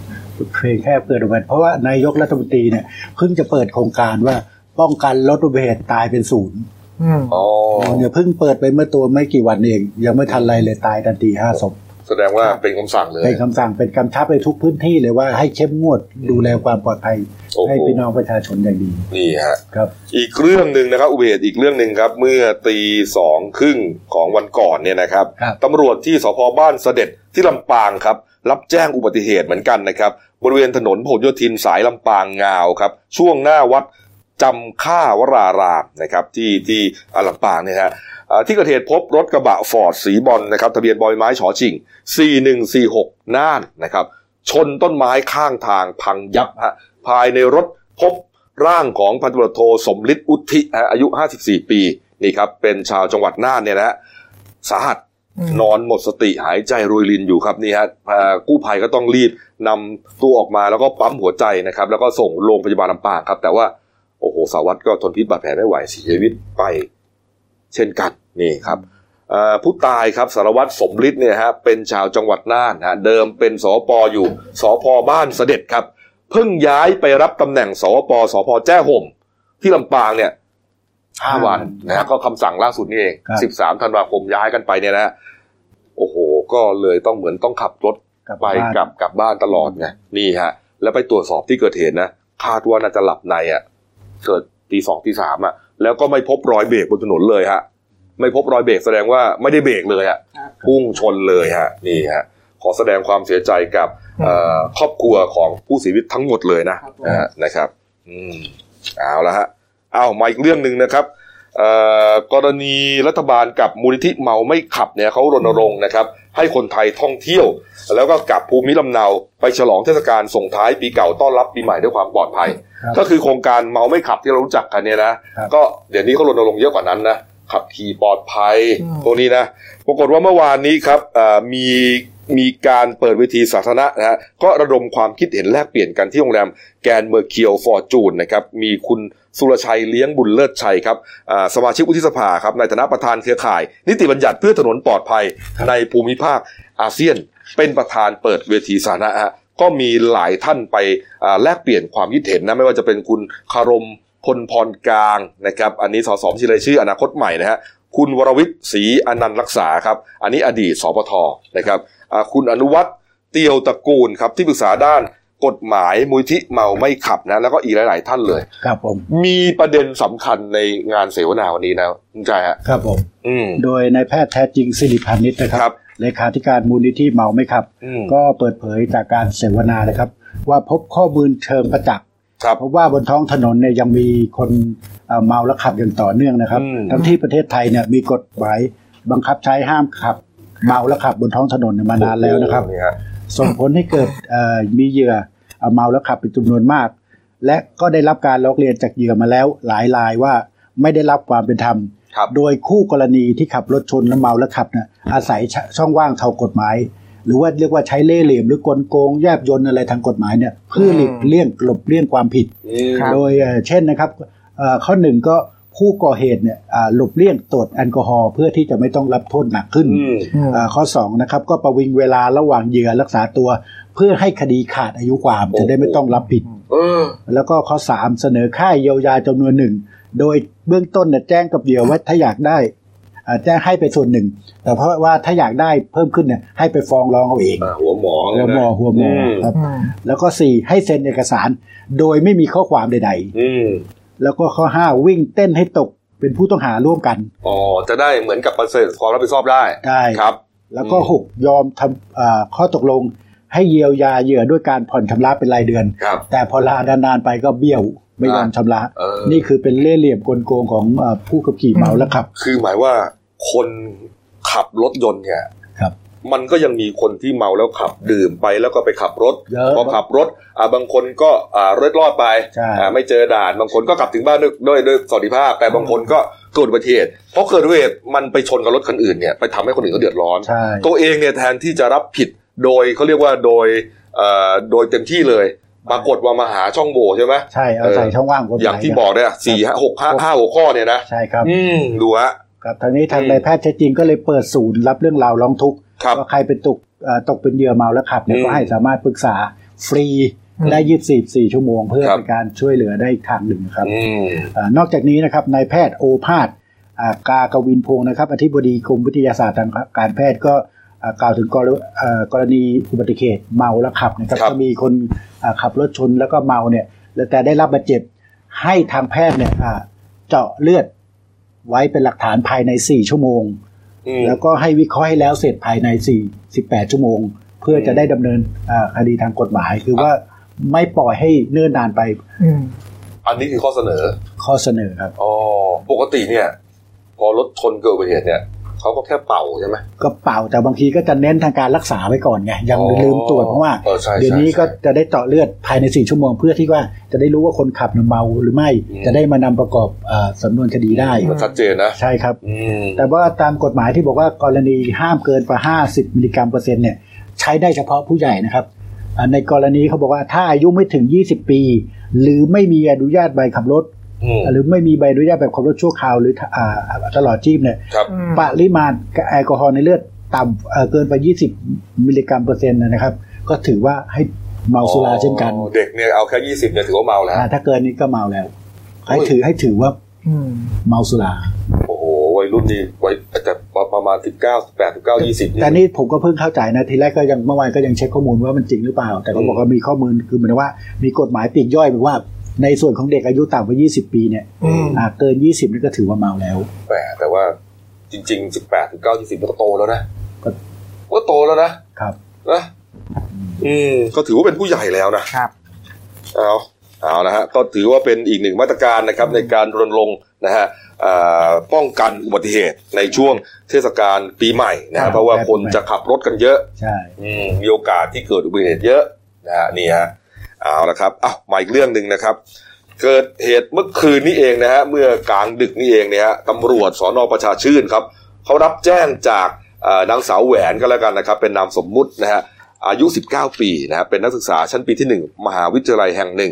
[SPEAKER 5] เพียงแค่เปิดอุบัติเหตุเพราะว่านายกรัฐมนตรีเนี่ยเพิ่งจะเปิดโครงการว่าป้องกันลดอุบัติเหตุตายเป็นศูนย์
[SPEAKER 2] อืม
[SPEAKER 1] อ๋อ
[SPEAKER 5] เนี่ยเพิ่งเปิดไปเมื่อตัวไม่กี่วันเอง ยังไม่ทันไรเลยตายทันทีห้าศพ
[SPEAKER 1] แสดงว่าเป็นคำสั่งเลย
[SPEAKER 5] เป็นคำสั่งเป็นกำชับไปทุกพื้นที่เลยว่าให้เข้มงวดดูแลความปลอดภัย
[SPEAKER 1] โอ้โห
[SPEAKER 5] ให้พี่น้องประชาชนอย่างดี
[SPEAKER 1] นี่ฮะ
[SPEAKER 5] ครับ
[SPEAKER 1] อีกเรื่องหนึ่งนะครับอุเบศอีกเรื่องหนึ่งครับ เมื่อตีสองครึ่งของวันก่อนเนี่ยนะครับ
[SPEAKER 5] ครับ
[SPEAKER 1] ตำรวจที่สพบ้านเสด็จที่ลำปางครับ รับแจ้งอุบัติเหตุเหมือนกันนะครับ บริเวณถนนพหลโยธินสายลำปางงาวครับ ช่วงหน้าวัดจำค่าวรารามนะครับ ที่ที่อ่าลำปางเนี่ยฮะอ่าที่เกิดเหตุพบรถกระบะฟอร์ดสีบอลนะครับทะเบียนบอยไม้ฉอชิง 4146 น่านนะครับ ชนต้นไม้ข้างทางพังยับฮะภายในรถพบ ร่างของพันตำรวจโทสมฤทธิ์อุทธิฮะอายุ 54 ปีนี่ครับเป็นชาวจังหวัดน่านเนี่ยนะฮะสาหัส
[SPEAKER 2] อืม
[SPEAKER 1] นอนหมดสติหายใจโรยรินอยู่ครับนี่ฮะเอ่อกู้ภัยก็ต้องรีบนำตัวออกมาแล้วก็ปั๊มหัวใจนะครับ แล้วก็ส่งโรงพยาบาลลำปางครับ แต่ว่า โอ้โหสาวัตรก็ทนพิษบาดแผลไม่ไหวเสียชีวิตไป เช่นกันนี่ครับเอ่อผู้ตายครับสารวัตรสมฤทธิ์เนี่ยฮะเป็นชาวจังหวัดน่านฮะเดิมเป็นสอปออยู่สอพอบ้านเสด็จครับ เพิ่งย้ายไปรับตำแหน่งสอปอสอพอแจ้ห่ม ที่ลำปางเนี่ยห้าวันนะฮะก็คำสั่งล่าสุดนี่เอง
[SPEAKER 5] ครับ
[SPEAKER 1] สิบสามธันวาคมย้ายกันไปเนี่ยนะฮะโอ้โห ก็เลยต้องเหมือนต้องขับรถ
[SPEAKER 5] กลับ
[SPEAKER 1] ไป
[SPEAKER 5] บ้าน
[SPEAKER 1] กลับกลับบ้านตลอดไงนี่ฮะ แล้วไปตรวจสอบที่เกิดเหตุนะคาดว่าน่าจะหลับในอ่ะเกิดตีสองตีสามอ่ะ แล้วก็ไม่พบรอยเบรกบนถนนเลยฮะ ไม่พบรอยเบรกแสดงว่าไม่ได้เบรกเลยอ่ะ
[SPEAKER 2] ครับ
[SPEAKER 1] พุ่งชนเลยฮะ นี่ฮะ ขอแสดงความเสียใจกับเอ่อครอบครัวของผู้เสียชีวิตทั้งหมดเลยนะนะฮะนะครับ อืมเอาละฮะเอามาอีกเรื่องหนึ่งนะครับ เอ่อกรณีรัฐบาลกับมูลนิธิเมาไม่ขับเนี่ยเขารณรงค์นะครับ ให้คนไทยท่องเที่ยว แล้วก็กลับภูมิลำเนาไปฉลองเทศกาลส่งท้ายปีเก่าต้อนรับปีใหม่ด้วยความปลอดภัย
[SPEAKER 5] ครับ
[SPEAKER 1] ก็คือโครงการเมาไม่ขับที่เรารู้จักกันเนี่ยนะครับ ก็เดี๋ยวนี้เขารณรงค์เยอะกว่านั้นนะขับขี่ปลอดภัย
[SPEAKER 2] อืม
[SPEAKER 1] พวกนี้นะปรากฏว่าเมื่อวานนี้ครับเอ่อมีมีการเปิดเวทีสาธารณะนะฮะก็ระดมความคิดเห็นแลกเปลี่ยนกันที่โรงแรมแกรนด์เมอร์เคียวฟอร์จูนนะครับมีคุณสุรชัยเลี้ยงบุญเลิศชัยครับอ่าสมาชิกวุฒิสภาครับในฐานะประธานเครือข่าย นิติบัญญัติเพื่อถนนปลอดภัยในภูมิภาคอาเซียน เป็นประธานเปิดเวทีสาธารณะฮะก็มีหลายท่านไปอ่าแลกเปลี่ยนความคิดเห็นนะไม่ว่าจะเป็นคุณคารมพลพรกลางนะครับ อันนี้สสบัญชีรายชื่ออนาคตใหม่นะฮะคุณวรวิทย์ศรีอนันต์รักษาครับ อันนี้อดีตสปทนะครับอ่าคุณอนุวัฒน์เตียวตระกูลครับที่ปรึกษาด้านกฎหมายมูลที่เมาไม่ขับนะแล้วก็อีกหลาย ๆ ท่านเลย
[SPEAKER 5] ครับผม
[SPEAKER 1] มีประเด็นสำคัญในงานเสวนาวันนี้นะคุณชายฮะ
[SPEAKER 5] ครับผม
[SPEAKER 1] อืม
[SPEAKER 5] โดยนายแพทย์แท้จริงสิริพานิชนะค
[SPEAKER 1] ครั
[SPEAKER 5] รับ บเลขาธิการมูลนิธิเมาไหมครับ
[SPEAKER 1] อืม
[SPEAKER 5] ก็เปิดเผยจากการเสวนานะครับ ว่าพบข้อมูลเชิงประจักษ์
[SPEAKER 1] ครับ
[SPEAKER 5] เพราะว่าบนท้องถนนเนี่ยยังมีคนเอ่อเมาและขับอย่างต่อเนื่องนะครับ
[SPEAKER 1] อืม
[SPEAKER 5] ทั้งที่ประเทศไทยเนี่ยมีกฎหมายบังคับใช้ห้ามขับ เมาและขับบนท้องถนนเนี่ยมานานแล้วนะครับ
[SPEAKER 1] นี่ฮะ
[SPEAKER 5] ส่งผลให้เกิดเอ่อมีเหยื่อเอ่อเมาแล้วขับเป็นจำนวนมาก และก็ได้รับการร้องเรียนจากเหยื่อมาแล้วหลายรายว่าไม่ได้รับความเป็นธรรม
[SPEAKER 1] ครับ
[SPEAKER 5] โดยคู่กรณีที่ขับรถชนและเมาแล้วขับเนี่ยอาศัยชช่องว่างทางกฎหมาย หรือว่าเรียกว่าใช้เล่ห์เหลี่ยมหรือกลโกงแยบยนอะไรทางกฎหมายเนี่ยเพื่อหลีกเลี่ยงหลบเลี่ยงความผิด
[SPEAKER 1] อืม
[SPEAKER 2] ครับ
[SPEAKER 5] โดยเอ่อเช่นนะครับเอ่อข้อหนึ่งก็ผู้ก่อเหตุเนี่ยอ่าหลบเลี่ยงตรวจแอลกอฮอล์เพื่อที่จะไม่ต้องรับโทษหนักขึ้น
[SPEAKER 1] อืม
[SPEAKER 2] อืม
[SPEAKER 5] อ่าข้อ2นะครับก็ประวิงเวลาระหว่างเหยื่อรักษาตัว เพื่อให้คดีขาดอายุความ
[SPEAKER 1] โอ้โห
[SPEAKER 5] จะได้ไม่ต้องรับผิด
[SPEAKER 1] เออ
[SPEAKER 5] แล้วก็ข้อ 3 เสนอค่าเยียวยาจำนวนหนึ่ง โดยเบื้องต้นเนี่ยแจ้งกับเหยื่อ <coughs> ว่าถ้าอยากได้อ่าแจ้งให้ไปส่วนหนึ่ง แต่เพราะว่าถ้าอยากได้เพิ่มขึ้นเนี่ยให้ไปฟ้องร้องเอาเอง
[SPEAKER 1] อ่าหัวหมอ
[SPEAKER 5] หัวหมอหัวหมอครับ
[SPEAKER 2] อืม
[SPEAKER 5] แล้วก็ 4 ให้เซ็นเอกสาร โดยไม่มีข้อความใด
[SPEAKER 1] อืม
[SPEAKER 5] ๆ แล้วก็ข้อ 5 วิ่งเต้นให้ตกเป็นผู้ต้องหาร่วมกัน
[SPEAKER 1] อ๋อ จะได้เหมือนกับประเสริฐความรับผิดชอบได้
[SPEAKER 5] ได้
[SPEAKER 1] ครับ
[SPEAKER 5] แล้วก็
[SPEAKER 1] อืม
[SPEAKER 5] หกยอมทำอ่าข้อตกลงให้เยียวยาเหยื่อด้วยการผ่อนชำระเป็นรายเดือน
[SPEAKER 1] ครับ
[SPEAKER 5] แต่พอลานานๆไปก็เบี้ยวไม่ยอมชำระ
[SPEAKER 1] เออ
[SPEAKER 5] นี่คือเป็นเล่ห์เหลี่ยมกลโกงของอ่าผู้ขับขี่เมาแล้วขับ
[SPEAKER 1] คือหมายว่าคนขับรถยนต์เนี่ย
[SPEAKER 5] ครับ
[SPEAKER 1] มันก็ยังมีคนที่เมาแล้วขับดื่มไปแล้วก็ไปขับรถ
[SPEAKER 5] เยอะ
[SPEAKER 1] พอขับรถอ่าบางคนก็อ่าเลิดรอดไป
[SPEAKER 5] ใช่
[SPEAKER 1] อ่าไม่เจอด่าน บางคนก็กลับถึงบ้านด้วยด้วยด้วยสวัสดิภาพ แต่บางคนก็เกิดอุบัติเหตุเพราะเกิดอุบัติเหตุมันไปชนกับรถคันอื่นเนี่ยไปทำให้คนอื่นเขาเดือดร้อน
[SPEAKER 5] ใช่
[SPEAKER 1] ตัวเองเนี่ยแทนที่จะรับผิดโดยเขาเรียกว่าโดยเอ่อโดยเต็มที่เลย ปรากฏว่ามาหาช่องโหว่ใช่ไหม
[SPEAKER 5] ใช่เอาใส่
[SPEAKER 1] เออ
[SPEAKER 5] ช่องว่างกฎหมาย
[SPEAKER 1] อย่างที่
[SPEAKER 5] นะ
[SPEAKER 1] บอกเนี่ยสี่
[SPEAKER 5] ครับ
[SPEAKER 1] หกห้าห้าหัวข้อเนี่ยนะ
[SPEAKER 5] ใช่ครับ
[SPEAKER 1] อืมดูฮะ
[SPEAKER 5] ครับทางนี้ทาง
[SPEAKER 1] อืม
[SPEAKER 5] นายแพทย์เท็จจริงก็เลยเปิดศูนย์รับเรื่องราวร้องทุกข์
[SPEAKER 1] ครับ
[SPEAKER 5] ว่าใครเป็นตกอ่าตกเป็นเหยื่อเมาแล้วขับเนี่ย
[SPEAKER 1] อืม
[SPEAKER 5] ก็ให้สามารถปรึกษาฟรีได้ยี่สิบสี่ชั่วโมง เพื่อ
[SPEAKER 1] ครับ
[SPEAKER 5] เป็นการช่วยเหลือได้อีกทางหนึ่งครับ
[SPEAKER 1] อืม
[SPEAKER 5] เอ่อนอกจากนี้นะครับนายแพทย์โอภาสอ่ากากวินพงศ์นะครับอธิบดีกรมวิทยาศาสตร์ทางการแพทย์ก็อ่ากล่าวถึงกรณีเอ่อกรณีอุบัติเหตุเมาแล้วขับนะครับ
[SPEAKER 1] ครับ
[SPEAKER 5] ก็มีคนอ่าขับรถชนแล้วก็เมาเนี่ยแล้วแต่ได้รับบาดเจ็บให้ทางแพทย์เนี่ยอ่าเจาะเลือดไว้เป็นหลักฐานภายใน 4 ชั่วโมง
[SPEAKER 1] อืม
[SPEAKER 5] แล้วก็ให้วิเคราะห์ให้แล้วเสร็จภายใน 4 18 ชั่วโมง เพื่อจะได้ดำเนินอ่าคดีทางกฎหมาย คือว่าไม่ปล่อยให้เนิ่นนานไป
[SPEAKER 2] อืม
[SPEAKER 1] อันนี้คือข้อเสนอ
[SPEAKER 5] ข้อเสนอครับ
[SPEAKER 1] อ๋อปกติเนี่ย พอรถชนเกิดอุบัติเหตุเนี่ยเขาก็แค่เป่าใช่ไหม
[SPEAKER 5] ก็เป่าแต่บางทีก็จะเน้นทางการรักษาไว้ก่อนไงยัง
[SPEAKER 1] อ๋อ
[SPEAKER 5] ลืมตรวจเพราะว่า
[SPEAKER 1] เออใช่
[SPEAKER 5] เดี๋ยวนี้
[SPEAKER 1] ใช่
[SPEAKER 5] ก็จะได้เจาะเลือดภายในสี่ชั่วโมงเพื่อที่ว่าจะได้รู้ว่าคนขับเนี่ยเมาหรือไม่
[SPEAKER 1] อืม
[SPEAKER 5] จะได้มานำประกอบเอ่อสำนวนคดีได้
[SPEAKER 1] มันชัดเจนนะ
[SPEAKER 5] ใช่ครับ
[SPEAKER 1] อืม
[SPEAKER 5] แต่ว่าตามกฎหมายที่บอกว่ากรณีห้ามเกินกว่า 50 มิลลิกรัมเปอร์เซ็นต์เนี่ยใช้ได้เฉพาะผู้ใหญ่นะครับอ่าในกรณีเขาบอกว่าถ้าอายุไม่ถึง 20 ปี หรือไม่มีอนุญาตใบขับรถ
[SPEAKER 1] อืม
[SPEAKER 5] หรือไม่มีใบอนุญาตแบบขับรถชั่วคราวหรืออ่าตลอดชีพเนี่ย
[SPEAKER 1] ครับ
[SPEAKER 2] อืม
[SPEAKER 5] ปริมาณแอลกอฮอล์ในเลือดต่ำเอ่อเกินไป 20 มิลลิกรัมเปอร์เซ็นต์นะครับ ก็ถือว่าให้เมาสุราเช่นกัน
[SPEAKER 1] อ๋อเด็กเนี่ยเอาแค่ยี่สิบเนี่ยถือว่าเมาแล้ว
[SPEAKER 5] อ่าถ้าเกินนี้ก็เมาแล้ว
[SPEAKER 1] โอ้ย
[SPEAKER 5] ให้ถือให้ถือว่า
[SPEAKER 2] อืม
[SPEAKER 5] เมาสุรา
[SPEAKER 1] โอ้โหวัยรุ่นนี่วัยแต่ประมาณสิบเก้าแปดสิบเก้ายี่สิบ
[SPEAKER 5] แต่นี่ผมก็เพิ่งเข้าใจนะทีแรกก็ยังเมื่อวานก็ยังเช็คข้อมูลว่ามันจริงหรือเปล่า แต่ก็บอกว่ามีข้อมูลคือเหมือนว่ามีกฎหมายปลีกย่อยบอกว่าในส่วนของเด็กอายุต่ำกว่า 20 ปีเนี่ย
[SPEAKER 1] อืม
[SPEAKER 5] อ่าเกิน 20นี่ก็ถือว่าเมาแล้ว
[SPEAKER 1] แหมแต่ว่าจริงๆสิบแปดสิบเก้ายี่สิบก็โตแล้วนะ
[SPEAKER 5] ก็
[SPEAKER 1] ก็โตแล้วนะครับ นะอืมก็ถือว่าเป็นผู้ใหญ่แล้วนะ
[SPEAKER 2] ครับ
[SPEAKER 1] เอาเอานะฮะก็ถือว่าเป็นอีกหนึ่งมาตรการนะครับในการรณรงค์นะฮะอ่าป้องกันอุบัติเหตุในช่วงเทศกาลปีใหม่นะ
[SPEAKER 5] ครั
[SPEAKER 1] ฮะ
[SPEAKER 5] บ
[SPEAKER 1] เพราะว่าคนจะขับรถกันเยอะ
[SPEAKER 5] ใช่
[SPEAKER 1] อืมมีโอกาสที่เกิดอุบัติเหตุเยอะนะฮะนี่ฮะเอาละครับอ้าวมาอีกเรื่องหนึ่งนะครับ เกิดเหตุเมื่อคืนนี้เองนะฮะเมื่อกลางดึกนี่เองเนี่ยฮะตำรวจสอนอประชาชื่นครับเขารับแจ้งจากเอ่อนางสาวแหวนก็แล้วกันนะครับ เป็นนามสมมุตินะฮะอายุ 19 ปีนะฮะเป็นนักศึกษาชั้นปีที่ 1 มหาวิทยาลัยแห่งหนึ่ง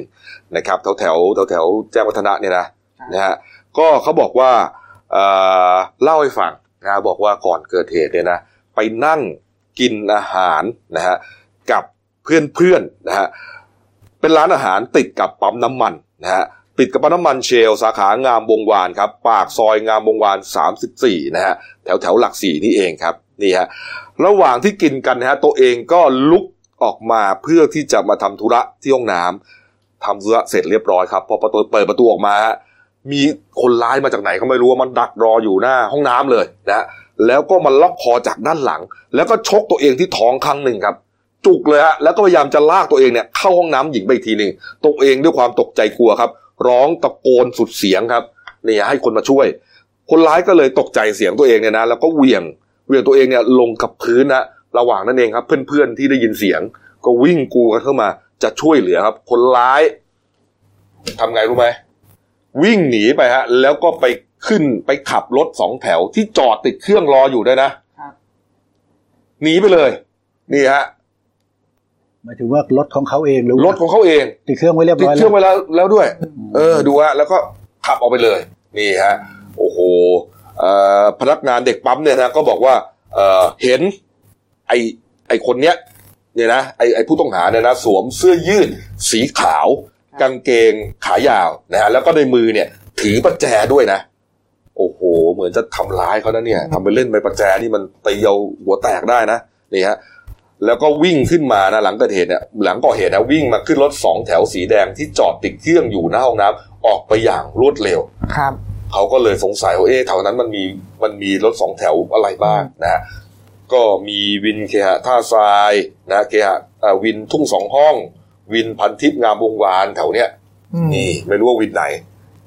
[SPEAKER 1] นะครับแถวแถวแถวแถวๆแจ้งวัฒนะเนี่ยนะนะฮะก็เขาบอกว่าเอ่อเล่าให้ฟังนะฮะบอกว่าก่อนเกิดเหตุเนี่ยนะไปนั่งกินอาหารนะฮะกับเพื่อนๆนะฮะ เป็นร้านอาหารติดกับปั๊มน้ำมันนะฮะติดกับปั๊มน้ำมันเชลสาขางามวงวานครับ ปากซอยงามวงวาน 34 นะฮะแถวแถวหลักสี่นี่เองครับนี่ฮะระหว่างที่กินกันนะฮะตัวเองก็ลุกออกมาเพื่อที่จะมาทำธุระที่ห้องน้ำทำธุระเสร็จเรียบร้อยครับพอประตูเปิดประตูออกมาฮะมีคนร้ายมาจากไหนก็ไม่รู้ว่ามันดักรออยู่หน้าห้องน้ำเลยนะฮะแล้วก็มันล็อกคอจากด้านหลัง แล้วก็ชกตัวเองที่ท้องครั้งหนึ่งครับ จุกเลยฮะแล้วก็พยายามจะลากตัวเองเนี่ยเข้าห้องน้ำหญิงไปอีกทีหนึ่งตัวเองด้วยความตกใจกลัวครับ ร้องตะโกนสุดเสียงครับนี่ให้คนมาช่วย คนร้ายก็เลยตกใจเสียงตัวเองเนี่ยนะแล้วก็เหวี่ยงเหวี่ยงตัวเองเนี่ยลงกับพื้นนะระหว่างนั้นเองครับ เพื่อนๆที่ได้ยินเสียง ก็วิ่งกรูกันเข้ามาจะช่วยเหลือครับ คนร้ายทำไงรู้ไหมวิ่งหนีไปฮะ แล้วก็ไปขึ้นไปขับรถสองแถวที่จอดติดเครื่องรออยู่ด้วยนะครับ หนีไปเลย นี่ฮะ
[SPEAKER 5] หมายถึงว่ารถของเขาเองหรือ
[SPEAKER 1] รถของเขาเอง
[SPEAKER 5] ติดเครื่องไว้เรียบ
[SPEAKER 1] ติด
[SPEAKER 5] ร้อย
[SPEAKER 1] เครื่องไว้
[SPEAKER 5] แล้ว
[SPEAKER 1] แล้วแล้วด้วย เออดูฮะแล้วก็ขับออกไปเลย นี่ฮะ โอ้โหเอ่อพนักงานเด็กปั๊มเนี่ยนะก็บอกว่าเอ่อเห็น ไอไอคนเนี้ยเนี่ยนะไอไอผู้ต้องหาเนี่ยนะสวมเสื้อยืดสีขาว กางเกงขายาวนะฮะแล้วก็ในมือเนี่ย ถือประแจด้วยนะ โอ้โห เหมือนจะทำร้ายเขานะเนี่ยทำไปเล่นไปประแจนี่มันตีเอาหัวแตกได้นะนี่ฮะ แล้วก็วิ่งขึ้นมานะหลังเกิดเหตุเนี่ยหลังก่อเหตุนะวิ่งมาขึ้นรถสองแถวสีแดงที่จอดติดเครื่องอยู่หน้าห้องน้ำออกไปอย่างรวดเร็ว
[SPEAKER 2] ครับ
[SPEAKER 1] เขาก็เลยสงสัยว่าเอ๊ะแถวนั้นมันมีมันมีรถสองแถวอะไรบ้างนะฮะก็มีวินเคหะท่าทรายนะเคหะเอ่อวินทุ่งสองห้อง วินพันทิพย์งามวงวานแถวเนี้ย
[SPEAKER 2] อืม
[SPEAKER 1] นี่ไม่รู้ว่าวินไหน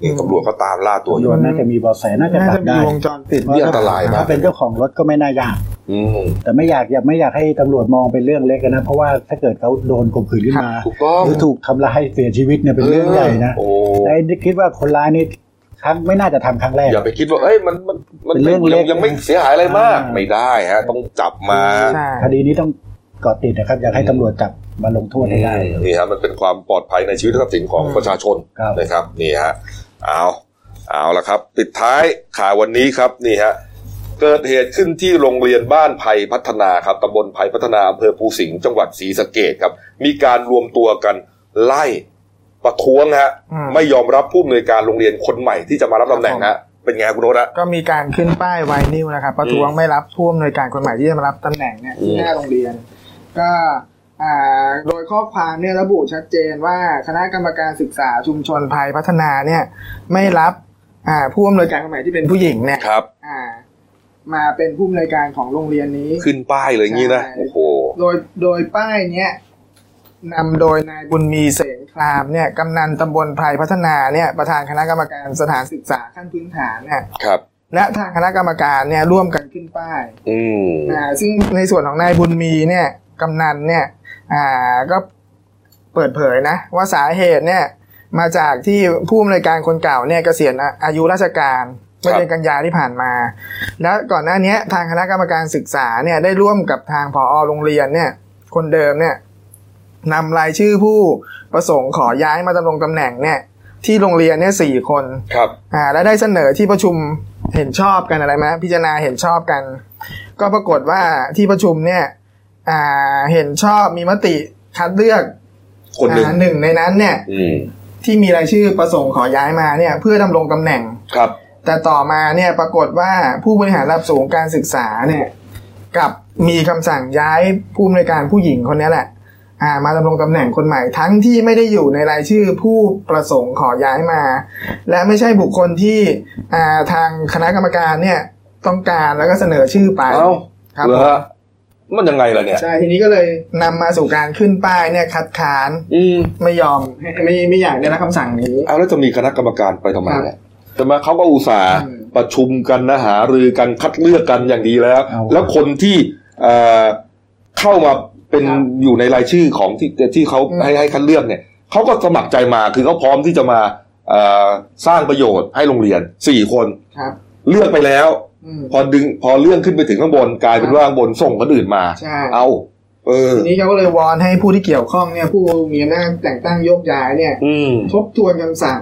[SPEAKER 1] นี่
[SPEAKER 2] อืม
[SPEAKER 1] ตำรวจก็ตามล่าตัวอ
[SPEAKER 5] โย
[SPEAKER 1] ยู่
[SPEAKER 5] นน่าจะมีเบาะแสน่าจะ
[SPEAKER 2] น่า
[SPEAKER 5] จั
[SPEAKER 2] จะ
[SPEAKER 5] บ
[SPEAKER 2] มี
[SPEAKER 5] ได้
[SPEAKER 2] วงจรปิด
[SPEAKER 1] นี่อันตรายมาก
[SPEAKER 5] ถ้เป็นเจ้าของรถก็ไม่น่ายาก
[SPEAKER 1] อืม
[SPEAKER 5] แต่ไม่อยากอย่าไม่อยากให้ตำรวจมองเป็นเรื่องเล็กนะ เพราะว่าถ้าเกิดเขาโดนข่มขืนขึ้นมา
[SPEAKER 1] ถูกต้อง
[SPEAKER 5] หรือถูกทำร้ายเสียชีวิตเนี่ยเป็นเรื่องใหญ่นะ
[SPEAKER 1] โอ้
[SPEAKER 5] ไอ้นี่คิดว่าคนร้ายนี่ครั้งไม่น่าจะทำครั้งแรก
[SPEAKER 1] อย่าไปคิดว่าเอ้ยมันมันมัน
[SPEAKER 5] เป็นเรื่องเล็ก
[SPEAKER 1] ยังไม่เสียหายอะไรมาก
[SPEAKER 5] อ่า
[SPEAKER 1] ไม่ได้ฮะ ต้องจับมา
[SPEAKER 2] ใช่
[SPEAKER 5] คดีนี้ต้องเกาะติดนะครับ อยากให้ตำรวจจับมาลงโทษให้ได้
[SPEAKER 1] นี่ฮะมันเป็นความปลอดภัยในชีวิตและทรัพย์สินของ
[SPEAKER 2] อืม
[SPEAKER 1] ประชาชน
[SPEAKER 5] ครับ
[SPEAKER 1] นะครับนี่ฮะเอาเอาละครับ ปิดท้ายข่าววันนี้ครับนี่ฮะเกิดเหตุขึ้นที่โรงเรียนบ้านไผ่พัฒนาครับตำบลไผ่พัฒนาอำเภอภูสิงห์จังหวัดศรีสะเกดครับ มีการรวมตัวกันไล่ประท้วงฮะ
[SPEAKER 2] อืม
[SPEAKER 1] ไม่ยอมรับผู้อำนวยการโรงเรียนคนใหม่ที่จะมารับตำแหน่งฮะเป็นไงคุณโนตฮะ
[SPEAKER 2] ก็มีการขึ้นป้ายไวนิวนะครับประท้วง
[SPEAKER 1] อืม
[SPEAKER 2] ไม่รับผู้อำนวยการคนใหม่ที่จะมารับตำแหน่งเนี่ยที่
[SPEAKER 1] อืม
[SPEAKER 2] หน้าโรงเรียน ก็อ่าโดยข้อความเนี่ยระบุชัดเจนว่าคณะกรรมการศึกษาชุมชนภัยพัฒนาเนี่ยไม่รับอ่าผู้อำนวยการคนใหม่ที่เป็นผู้หญิงเนี่ย
[SPEAKER 1] ครับ
[SPEAKER 2] อ่า มาเป็นผู้อำนวยการของโรงเรียนนี้
[SPEAKER 1] ขึ้นป้ายเลยอย่างนี้นะ
[SPEAKER 2] ใช่
[SPEAKER 1] โอ้โห
[SPEAKER 2] โดยโดยป้ายเนี้ยนำโดยนายบุญมีเสงครามเนี่ยกำนันตำบลภัยพัฒนาเนี่ยประธานคณะกรรมการสถานศึกษาขั้นพื้นฐานเนี่ย
[SPEAKER 1] ครับ
[SPEAKER 2] และทางคณะกรรมการเนี่ยร่วมกันขึ้นป้าย
[SPEAKER 1] อืม
[SPEAKER 2] อ่าซึ่งในส่วนของนายบุญมีเนี่ยกำนันเนี่ยอ่าก็เปิดเผยนะ ว่าสาเหตุเนี่ยมาจากที่ผู้อำนวยการคนเก่าเนี่ยเกษียณอายุราชการเมื่อเดือนกันยาที่ผ่านมา แล้วก่อนหน้าเนี้ยทางคณะกรรมการศึกษาเนี่ยได้ร่วมกับทางผอโรงเรียนเนี่ยคนเดิมเนี่ยนำรายชื่อผู้ประสงค์ขอย้ายมาดำรงตำแหน่งเนี่ย ที่โรงเรียนเนี่ยสี่คน
[SPEAKER 1] ครับ
[SPEAKER 2] อ่าแล้วได้เสนอที่ประชุมเห็นชอบกันอะไรไหมพิจารณาเห็นชอบกัน ก็ปรากฏว่าที่ประชุมเนี่ยอ่าเห็นชอบมีมติคัดเลือก
[SPEAKER 1] คนหนึ่ง
[SPEAKER 2] อ่าหนึ่งในนั้นเนี่ย
[SPEAKER 1] อืม
[SPEAKER 2] ที่มีรายชื่อประสงค์ขอย้ายมาเนี่ยเพื่อดำรงตำแหน่ง
[SPEAKER 1] ครับ
[SPEAKER 2] แต่ต่อมาเนี่ยปรากฏว่าผู้บริหารระดับสูงการศึกษาเนี่ยกลับมีคำสั่งย้ายผู้อำนวยการผู้หญิงคนเนี้ยแหละอ่ามาดำรงตำแหน่งคนใหม่ทั้งที่ไม่ได้อยู่ในรายชื่อผู้ประสงค์ขอย้ายมา และไม่ใช่บุคคลที่อ่าทางคณะกรรมการเนี่ยต้องการแล้วก็เสนอชื่อไป
[SPEAKER 1] เอ้า
[SPEAKER 2] ครับ
[SPEAKER 1] เหรอฮะมันยังไงล่ะเนี่ย
[SPEAKER 2] ใช่ทีนี้ก็เลยนำมาสู่การขึ้นป้ายเนี่ยคัดค้าน
[SPEAKER 1] อืม
[SPEAKER 2] ไม่ยอมให้ไม่ไม่อยากได้รับคำสั่งนี้
[SPEAKER 1] เอาแล้วจะมีคณะกรรมการไปทำไมเนี่ยแต่มาเขาก็อุตส่าห์
[SPEAKER 2] อืม
[SPEAKER 1] ประชุมกันนะหารือกันคัดเลือกกันอย่างดีแล้ว
[SPEAKER 5] เอา
[SPEAKER 1] แล้วคนที่เอ่อเข้ามาเป็นอยู่ในรายชื่อของที่ที่เขาให้ให้คัดเลือกเนี่ยเขาก็สมัครใจมาคือเขาพร้อมที่จะมาเอ่อสร้างประโยชน์ให้โรงเรียนสี่คน
[SPEAKER 2] ครับ
[SPEAKER 1] เลือกไปแล้ว
[SPEAKER 2] อืม
[SPEAKER 1] พอดึงพอเรื่องขึ้นไปถึงข้างบนกลายเป็นว่าข้างบนส่งคนอื่นมา
[SPEAKER 2] ใช่
[SPEAKER 1] เอา เออ
[SPEAKER 2] ทีนี้เขาก็เลยวอนให้ผู้ที่เกี่ยวข้องเนี่ยผู้มีอำนาจแต่งตั้งโยกย้ายเนี่ย
[SPEAKER 1] อืม
[SPEAKER 2] ทบทวนคำสั่ง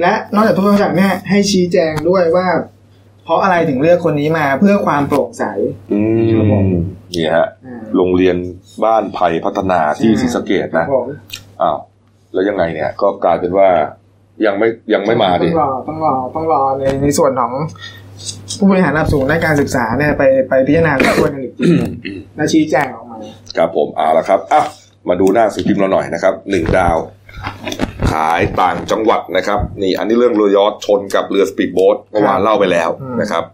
[SPEAKER 2] และนอกจากทบทวนคำสั่งเนี่ยให้ชี้แจงด้วยว่า เพราะอะไรถึงเลือกคนนี้มาเพื่อความโปร่งใส
[SPEAKER 1] อืมนี่ฮะ
[SPEAKER 2] อ่า
[SPEAKER 1] โรงเรียนบ้านไผ่พัฒนาที่ศรีสะเกด
[SPEAKER 2] ครั
[SPEAKER 1] นะ
[SPEAKER 2] บผม
[SPEAKER 1] อ้าว แล้วยังไงเนี่ย ก็กลายเป็นว่ายังไม่ยังไม่มา
[SPEAKER 2] ต้
[SPEAKER 1] ดิ
[SPEAKER 2] องรอต้องรอต้องรอในในส่วนของผู้บริหารระดับสูงด้านการศึกษาเนี่ยไปไปพิจารณาทบทวนกันอีกทีและชี้แจงออกมา
[SPEAKER 1] ครับผมเอาละครับอ่ะมาดูหน้าสือพิมพ์เราหน่อยนะครับหนึ่งดาว ขายต่างจังหวัดนะครับ นี่อันนี้เรื่องเรือยอชชนกับเรือสปีดโบ๊ทเมื่อวานเล่าไปแล้ว
[SPEAKER 2] อืม
[SPEAKER 1] นะครับ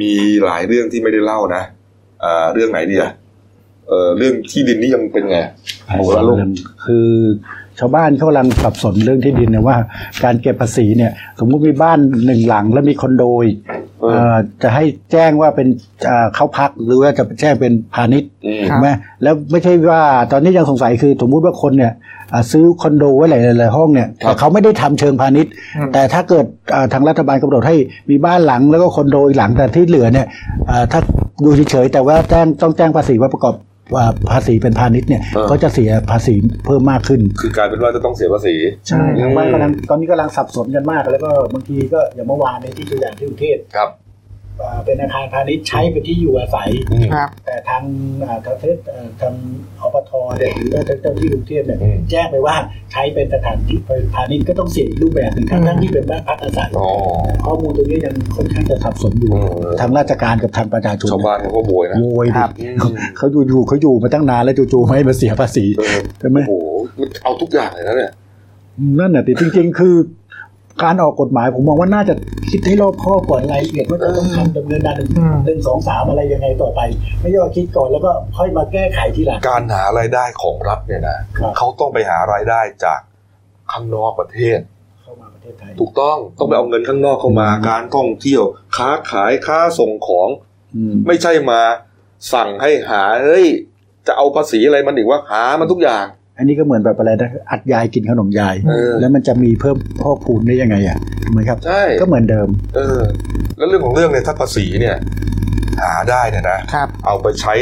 [SPEAKER 1] มีหลายเรื่องที่ไม่ได้เล่านะอ่าเรื่องไหนดีอะเออเรื่องที่ดินนี่ยังเป็นไง โอ้โหแล้วลูก
[SPEAKER 5] คือชาวบ้านเขากำลังสับสนเรื่องที่ดินเนี่ยว่า การเก็บภาษีเนี่ย สมมติมีบ้านหนึ่งหลังแล้วมีคอนโดอีก
[SPEAKER 1] เออ
[SPEAKER 5] เอ่อจะให้แจ้งว่าเป็นเอ่อเขาพักหรือว่าจะแจ้งเป็นพาณิชย์
[SPEAKER 1] อืม
[SPEAKER 2] ครั
[SPEAKER 5] ถู
[SPEAKER 2] บ
[SPEAKER 5] กไหมแล้วไม่ใช่ว่าตอนนี้ยังสงสัยคือสมมุติว่าคนเนี่ยเอ่อซื้อคอนโดไว้หลายๆหลายห้องเนี่ยแต่เขาไม่ได้ทำเชิงพาณิชย์
[SPEAKER 2] อืม
[SPEAKER 5] แต่ถ้าเกิดเอ่อทางรัฐบาลกำหนดให้มีบ้านหลังแล้วก็คอนโดอีกหลังแต่ที่เหลือเนี่ยเอ่อถ้าดูเฉยๆแต่ว่าแจ้งต้องแจ้งภาษีว่าประกอบว่าภาษีเป็นพาณิชย์เนี่ยก็จะเสียภาษีเพิ่มมากขึ้น
[SPEAKER 1] คือกลายเป็นว่าจะต้องเสียภาษี
[SPEAKER 5] ใช่
[SPEAKER 1] อืม
[SPEAKER 5] ทางบ้านกำลังตอนนี้กำลังสับสนกันมาก แล้วก็บางทีก็อย่างเมื่อวานในยที่ตัวอย่างที่กรุงเทพ
[SPEAKER 1] ครับ
[SPEAKER 5] เอ่อเป็นอาคารพาณิชย์ใช้เป็นที่อยู่อาศัย
[SPEAKER 1] อืม
[SPEAKER 2] ครับ
[SPEAKER 5] แต่ทางอ่าทางเทศเอ่อทางอปทเนี่ยหรือว่าทางเจ้าที่กรุงเทพเนี่ย
[SPEAKER 1] อืม
[SPEAKER 5] แจ้งไปว่าใช้เป็นสถานที่พาณิชย์ก็ต้องเสียอีกรูปแบบหนึ่งทั้งๆที่เป็นบ้านพักอาศัย
[SPEAKER 1] อ๋อ
[SPEAKER 5] ข้อมูลตรงนี้ยังค่อนข้างจะสับสนอยู่
[SPEAKER 1] อืม
[SPEAKER 5] ทางราชการกับทางประชาชน
[SPEAKER 1] ชาวบ้านเขาก็โวยนะ
[SPEAKER 5] โวย
[SPEAKER 2] ค
[SPEAKER 5] ดิ
[SPEAKER 2] รับ
[SPEAKER 1] อืม
[SPEAKER 5] เขาอยู่ๆเขาอยู่มาตั้งนานแล้วจู่ๆไม่มาเสียภาษี
[SPEAKER 1] เออ
[SPEAKER 5] ใช่ไหม
[SPEAKER 1] โอ้โหมันเอาทุกอย่างเลยนะเนี่ย
[SPEAKER 5] นั่นน่ะดิจริง ๆ คือ การออกกฎหมายผมมองว่าน่าจะคิดให้รอบคอบก่อนรายละเอียดว่าจะต้องทำดำเนินการหนึ่ง
[SPEAKER 2] อืม
[SPEAKER 5] หนึ่งสองสามอะไรยังไงต่อไป ไม่ใช่ว่าคิดก่อนแล้วก็ค่อยมาแก้ไขทีหลัง
[SPEAKER 1] การหารายได้ของรัฐเนี่ยนะครับ เขาต้องไปหารายได้จากข้างนอกประเทศ
[SPEAKER 5] เข้ามาประเทศไทย
[SPEAKER 1] ถูกต้องต้องไปเอาเงินข้างนอกเข้ามา
[SPEAKER 5] อืม
[SPEAKER 1] การท่องเที่ยว ค้าขายค้าส่งของ
[SPEAKER 5] อืม
[SPEAKER 1] ไม่ใช่มา สั่งให้หาเฮ้ยจะเอาภาษีอะไรมันอีกว่าหามันทุกอย่าง
[SPEAKER 5] อันนี้ก็เหมือนแบบอะไรนะอัดยายกินขนมยาย
[SPEAKER 1] เออ
[SPEAKER 5] แล้วมันจะมีเพิ่มพอกพูนได้ยังไงอ่ะถูกไหมครับ
[SPEAKER 1] ใช่
[SPEAKER 5] ก็เหมือนเดิม
[SPEAKER 1] เออ แล้วเรื่องของเรื่องเนี่ยถ้าภาษีเนี่ย หาได้เนี่ยนะ
[SPEAKER 2] ครับ
[SPEAKER 1] เอาไปใช้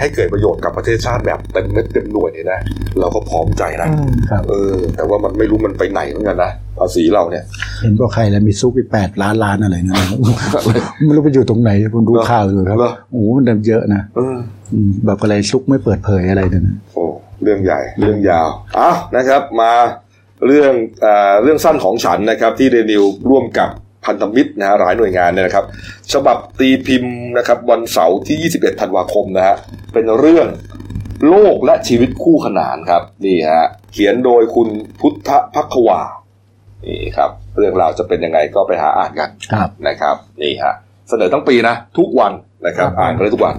[SPEAKER 1] ให้เกิดประโยชน์กับประเทศชาติแบบเต็มเม็ดเต็มหน่วยเนี่ยนะเราก็พร้อมใจนะ
[SPEAKER 2] อืม
[SPEAKER 1] เออ แต่ว่ามันไม่รู้มันไปไหนเหมือนกันนะภาษีเราเนี่ย
[SPEAKER 5] เห็นว่าใครแล้วมีซุกไปแปดล้านล้านอะไรนะ ไม่รู้ไปอยู่ตรงไหนผมดู
[SPEAKER 1] เหรอ
[SPEAKER 5] ข่าวอยู่ครับ
[SPEAKER 1] เหรอ
[SPEAKER 5] โอ้โหมันเยอะนะ
[SPEAKER 1] เออ
[SPEAKER 5] อืมแบบอะไรซุกไม่เปิดเผยอะไรเนี่ยนะ
[SPEAKER 1] โอ้เรื่องใหญ่เรื่องยาวเอ้านะครับมาเรื่องเอ่อเรื่องสั้นของฉันนะครับที่เดนิวร่วมกับพันธมิตรนะฮะหลายหน่วยงานเนี่ยนะครับ ฉบับตีพิมพ์นะครับวันเสาร์ที่ 21 ธันวาคมนะฮะเป็นเรื่องโลกและชีวิตคู่ขนานครับนี่ฮะเขียนโดยคุณพุทธพักวานี่ครับเรื่องราวจะเป็นยังไงก็ไปหาอ่านกัน
[SPEAKER 5] ครับ
[SPEAKER 1] นะครับนี่ฮะเสนอทั้งปีนะ ทุกวันนะครับอ่านกันได้ทุกวัน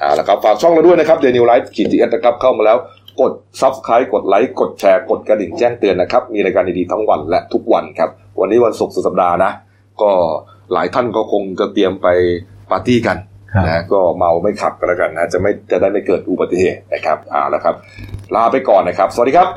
[SPEAKER 1] อ่าแล้วครับฝากช่องเราด้วยนะครับเดนิวไลฟ์ขีดทีเอสนะครับเข้ามาแล้วกดซับสไครต์กดไลค์กดแชร์กดกระดิ่งแจ้งเตือนนะครับ มีรายการดีๆทั้งวันและทุกวันครับ วันนี้วันศุกร์สุดสัปดาห์นะ ก็หลายท่านก็คงจะเตรียมไปปาร์ตี้กัน
[SPEAKER 5] ครับ
[SPEAKER 1] นะก็เมาไม่ขับกันแล้วกันนะจะไม่จะได้ไม่เกิดอุบัติเหตุนะครับอ่าแล้วครับ ลาไปก่อนนะครับ สวัสดีครับ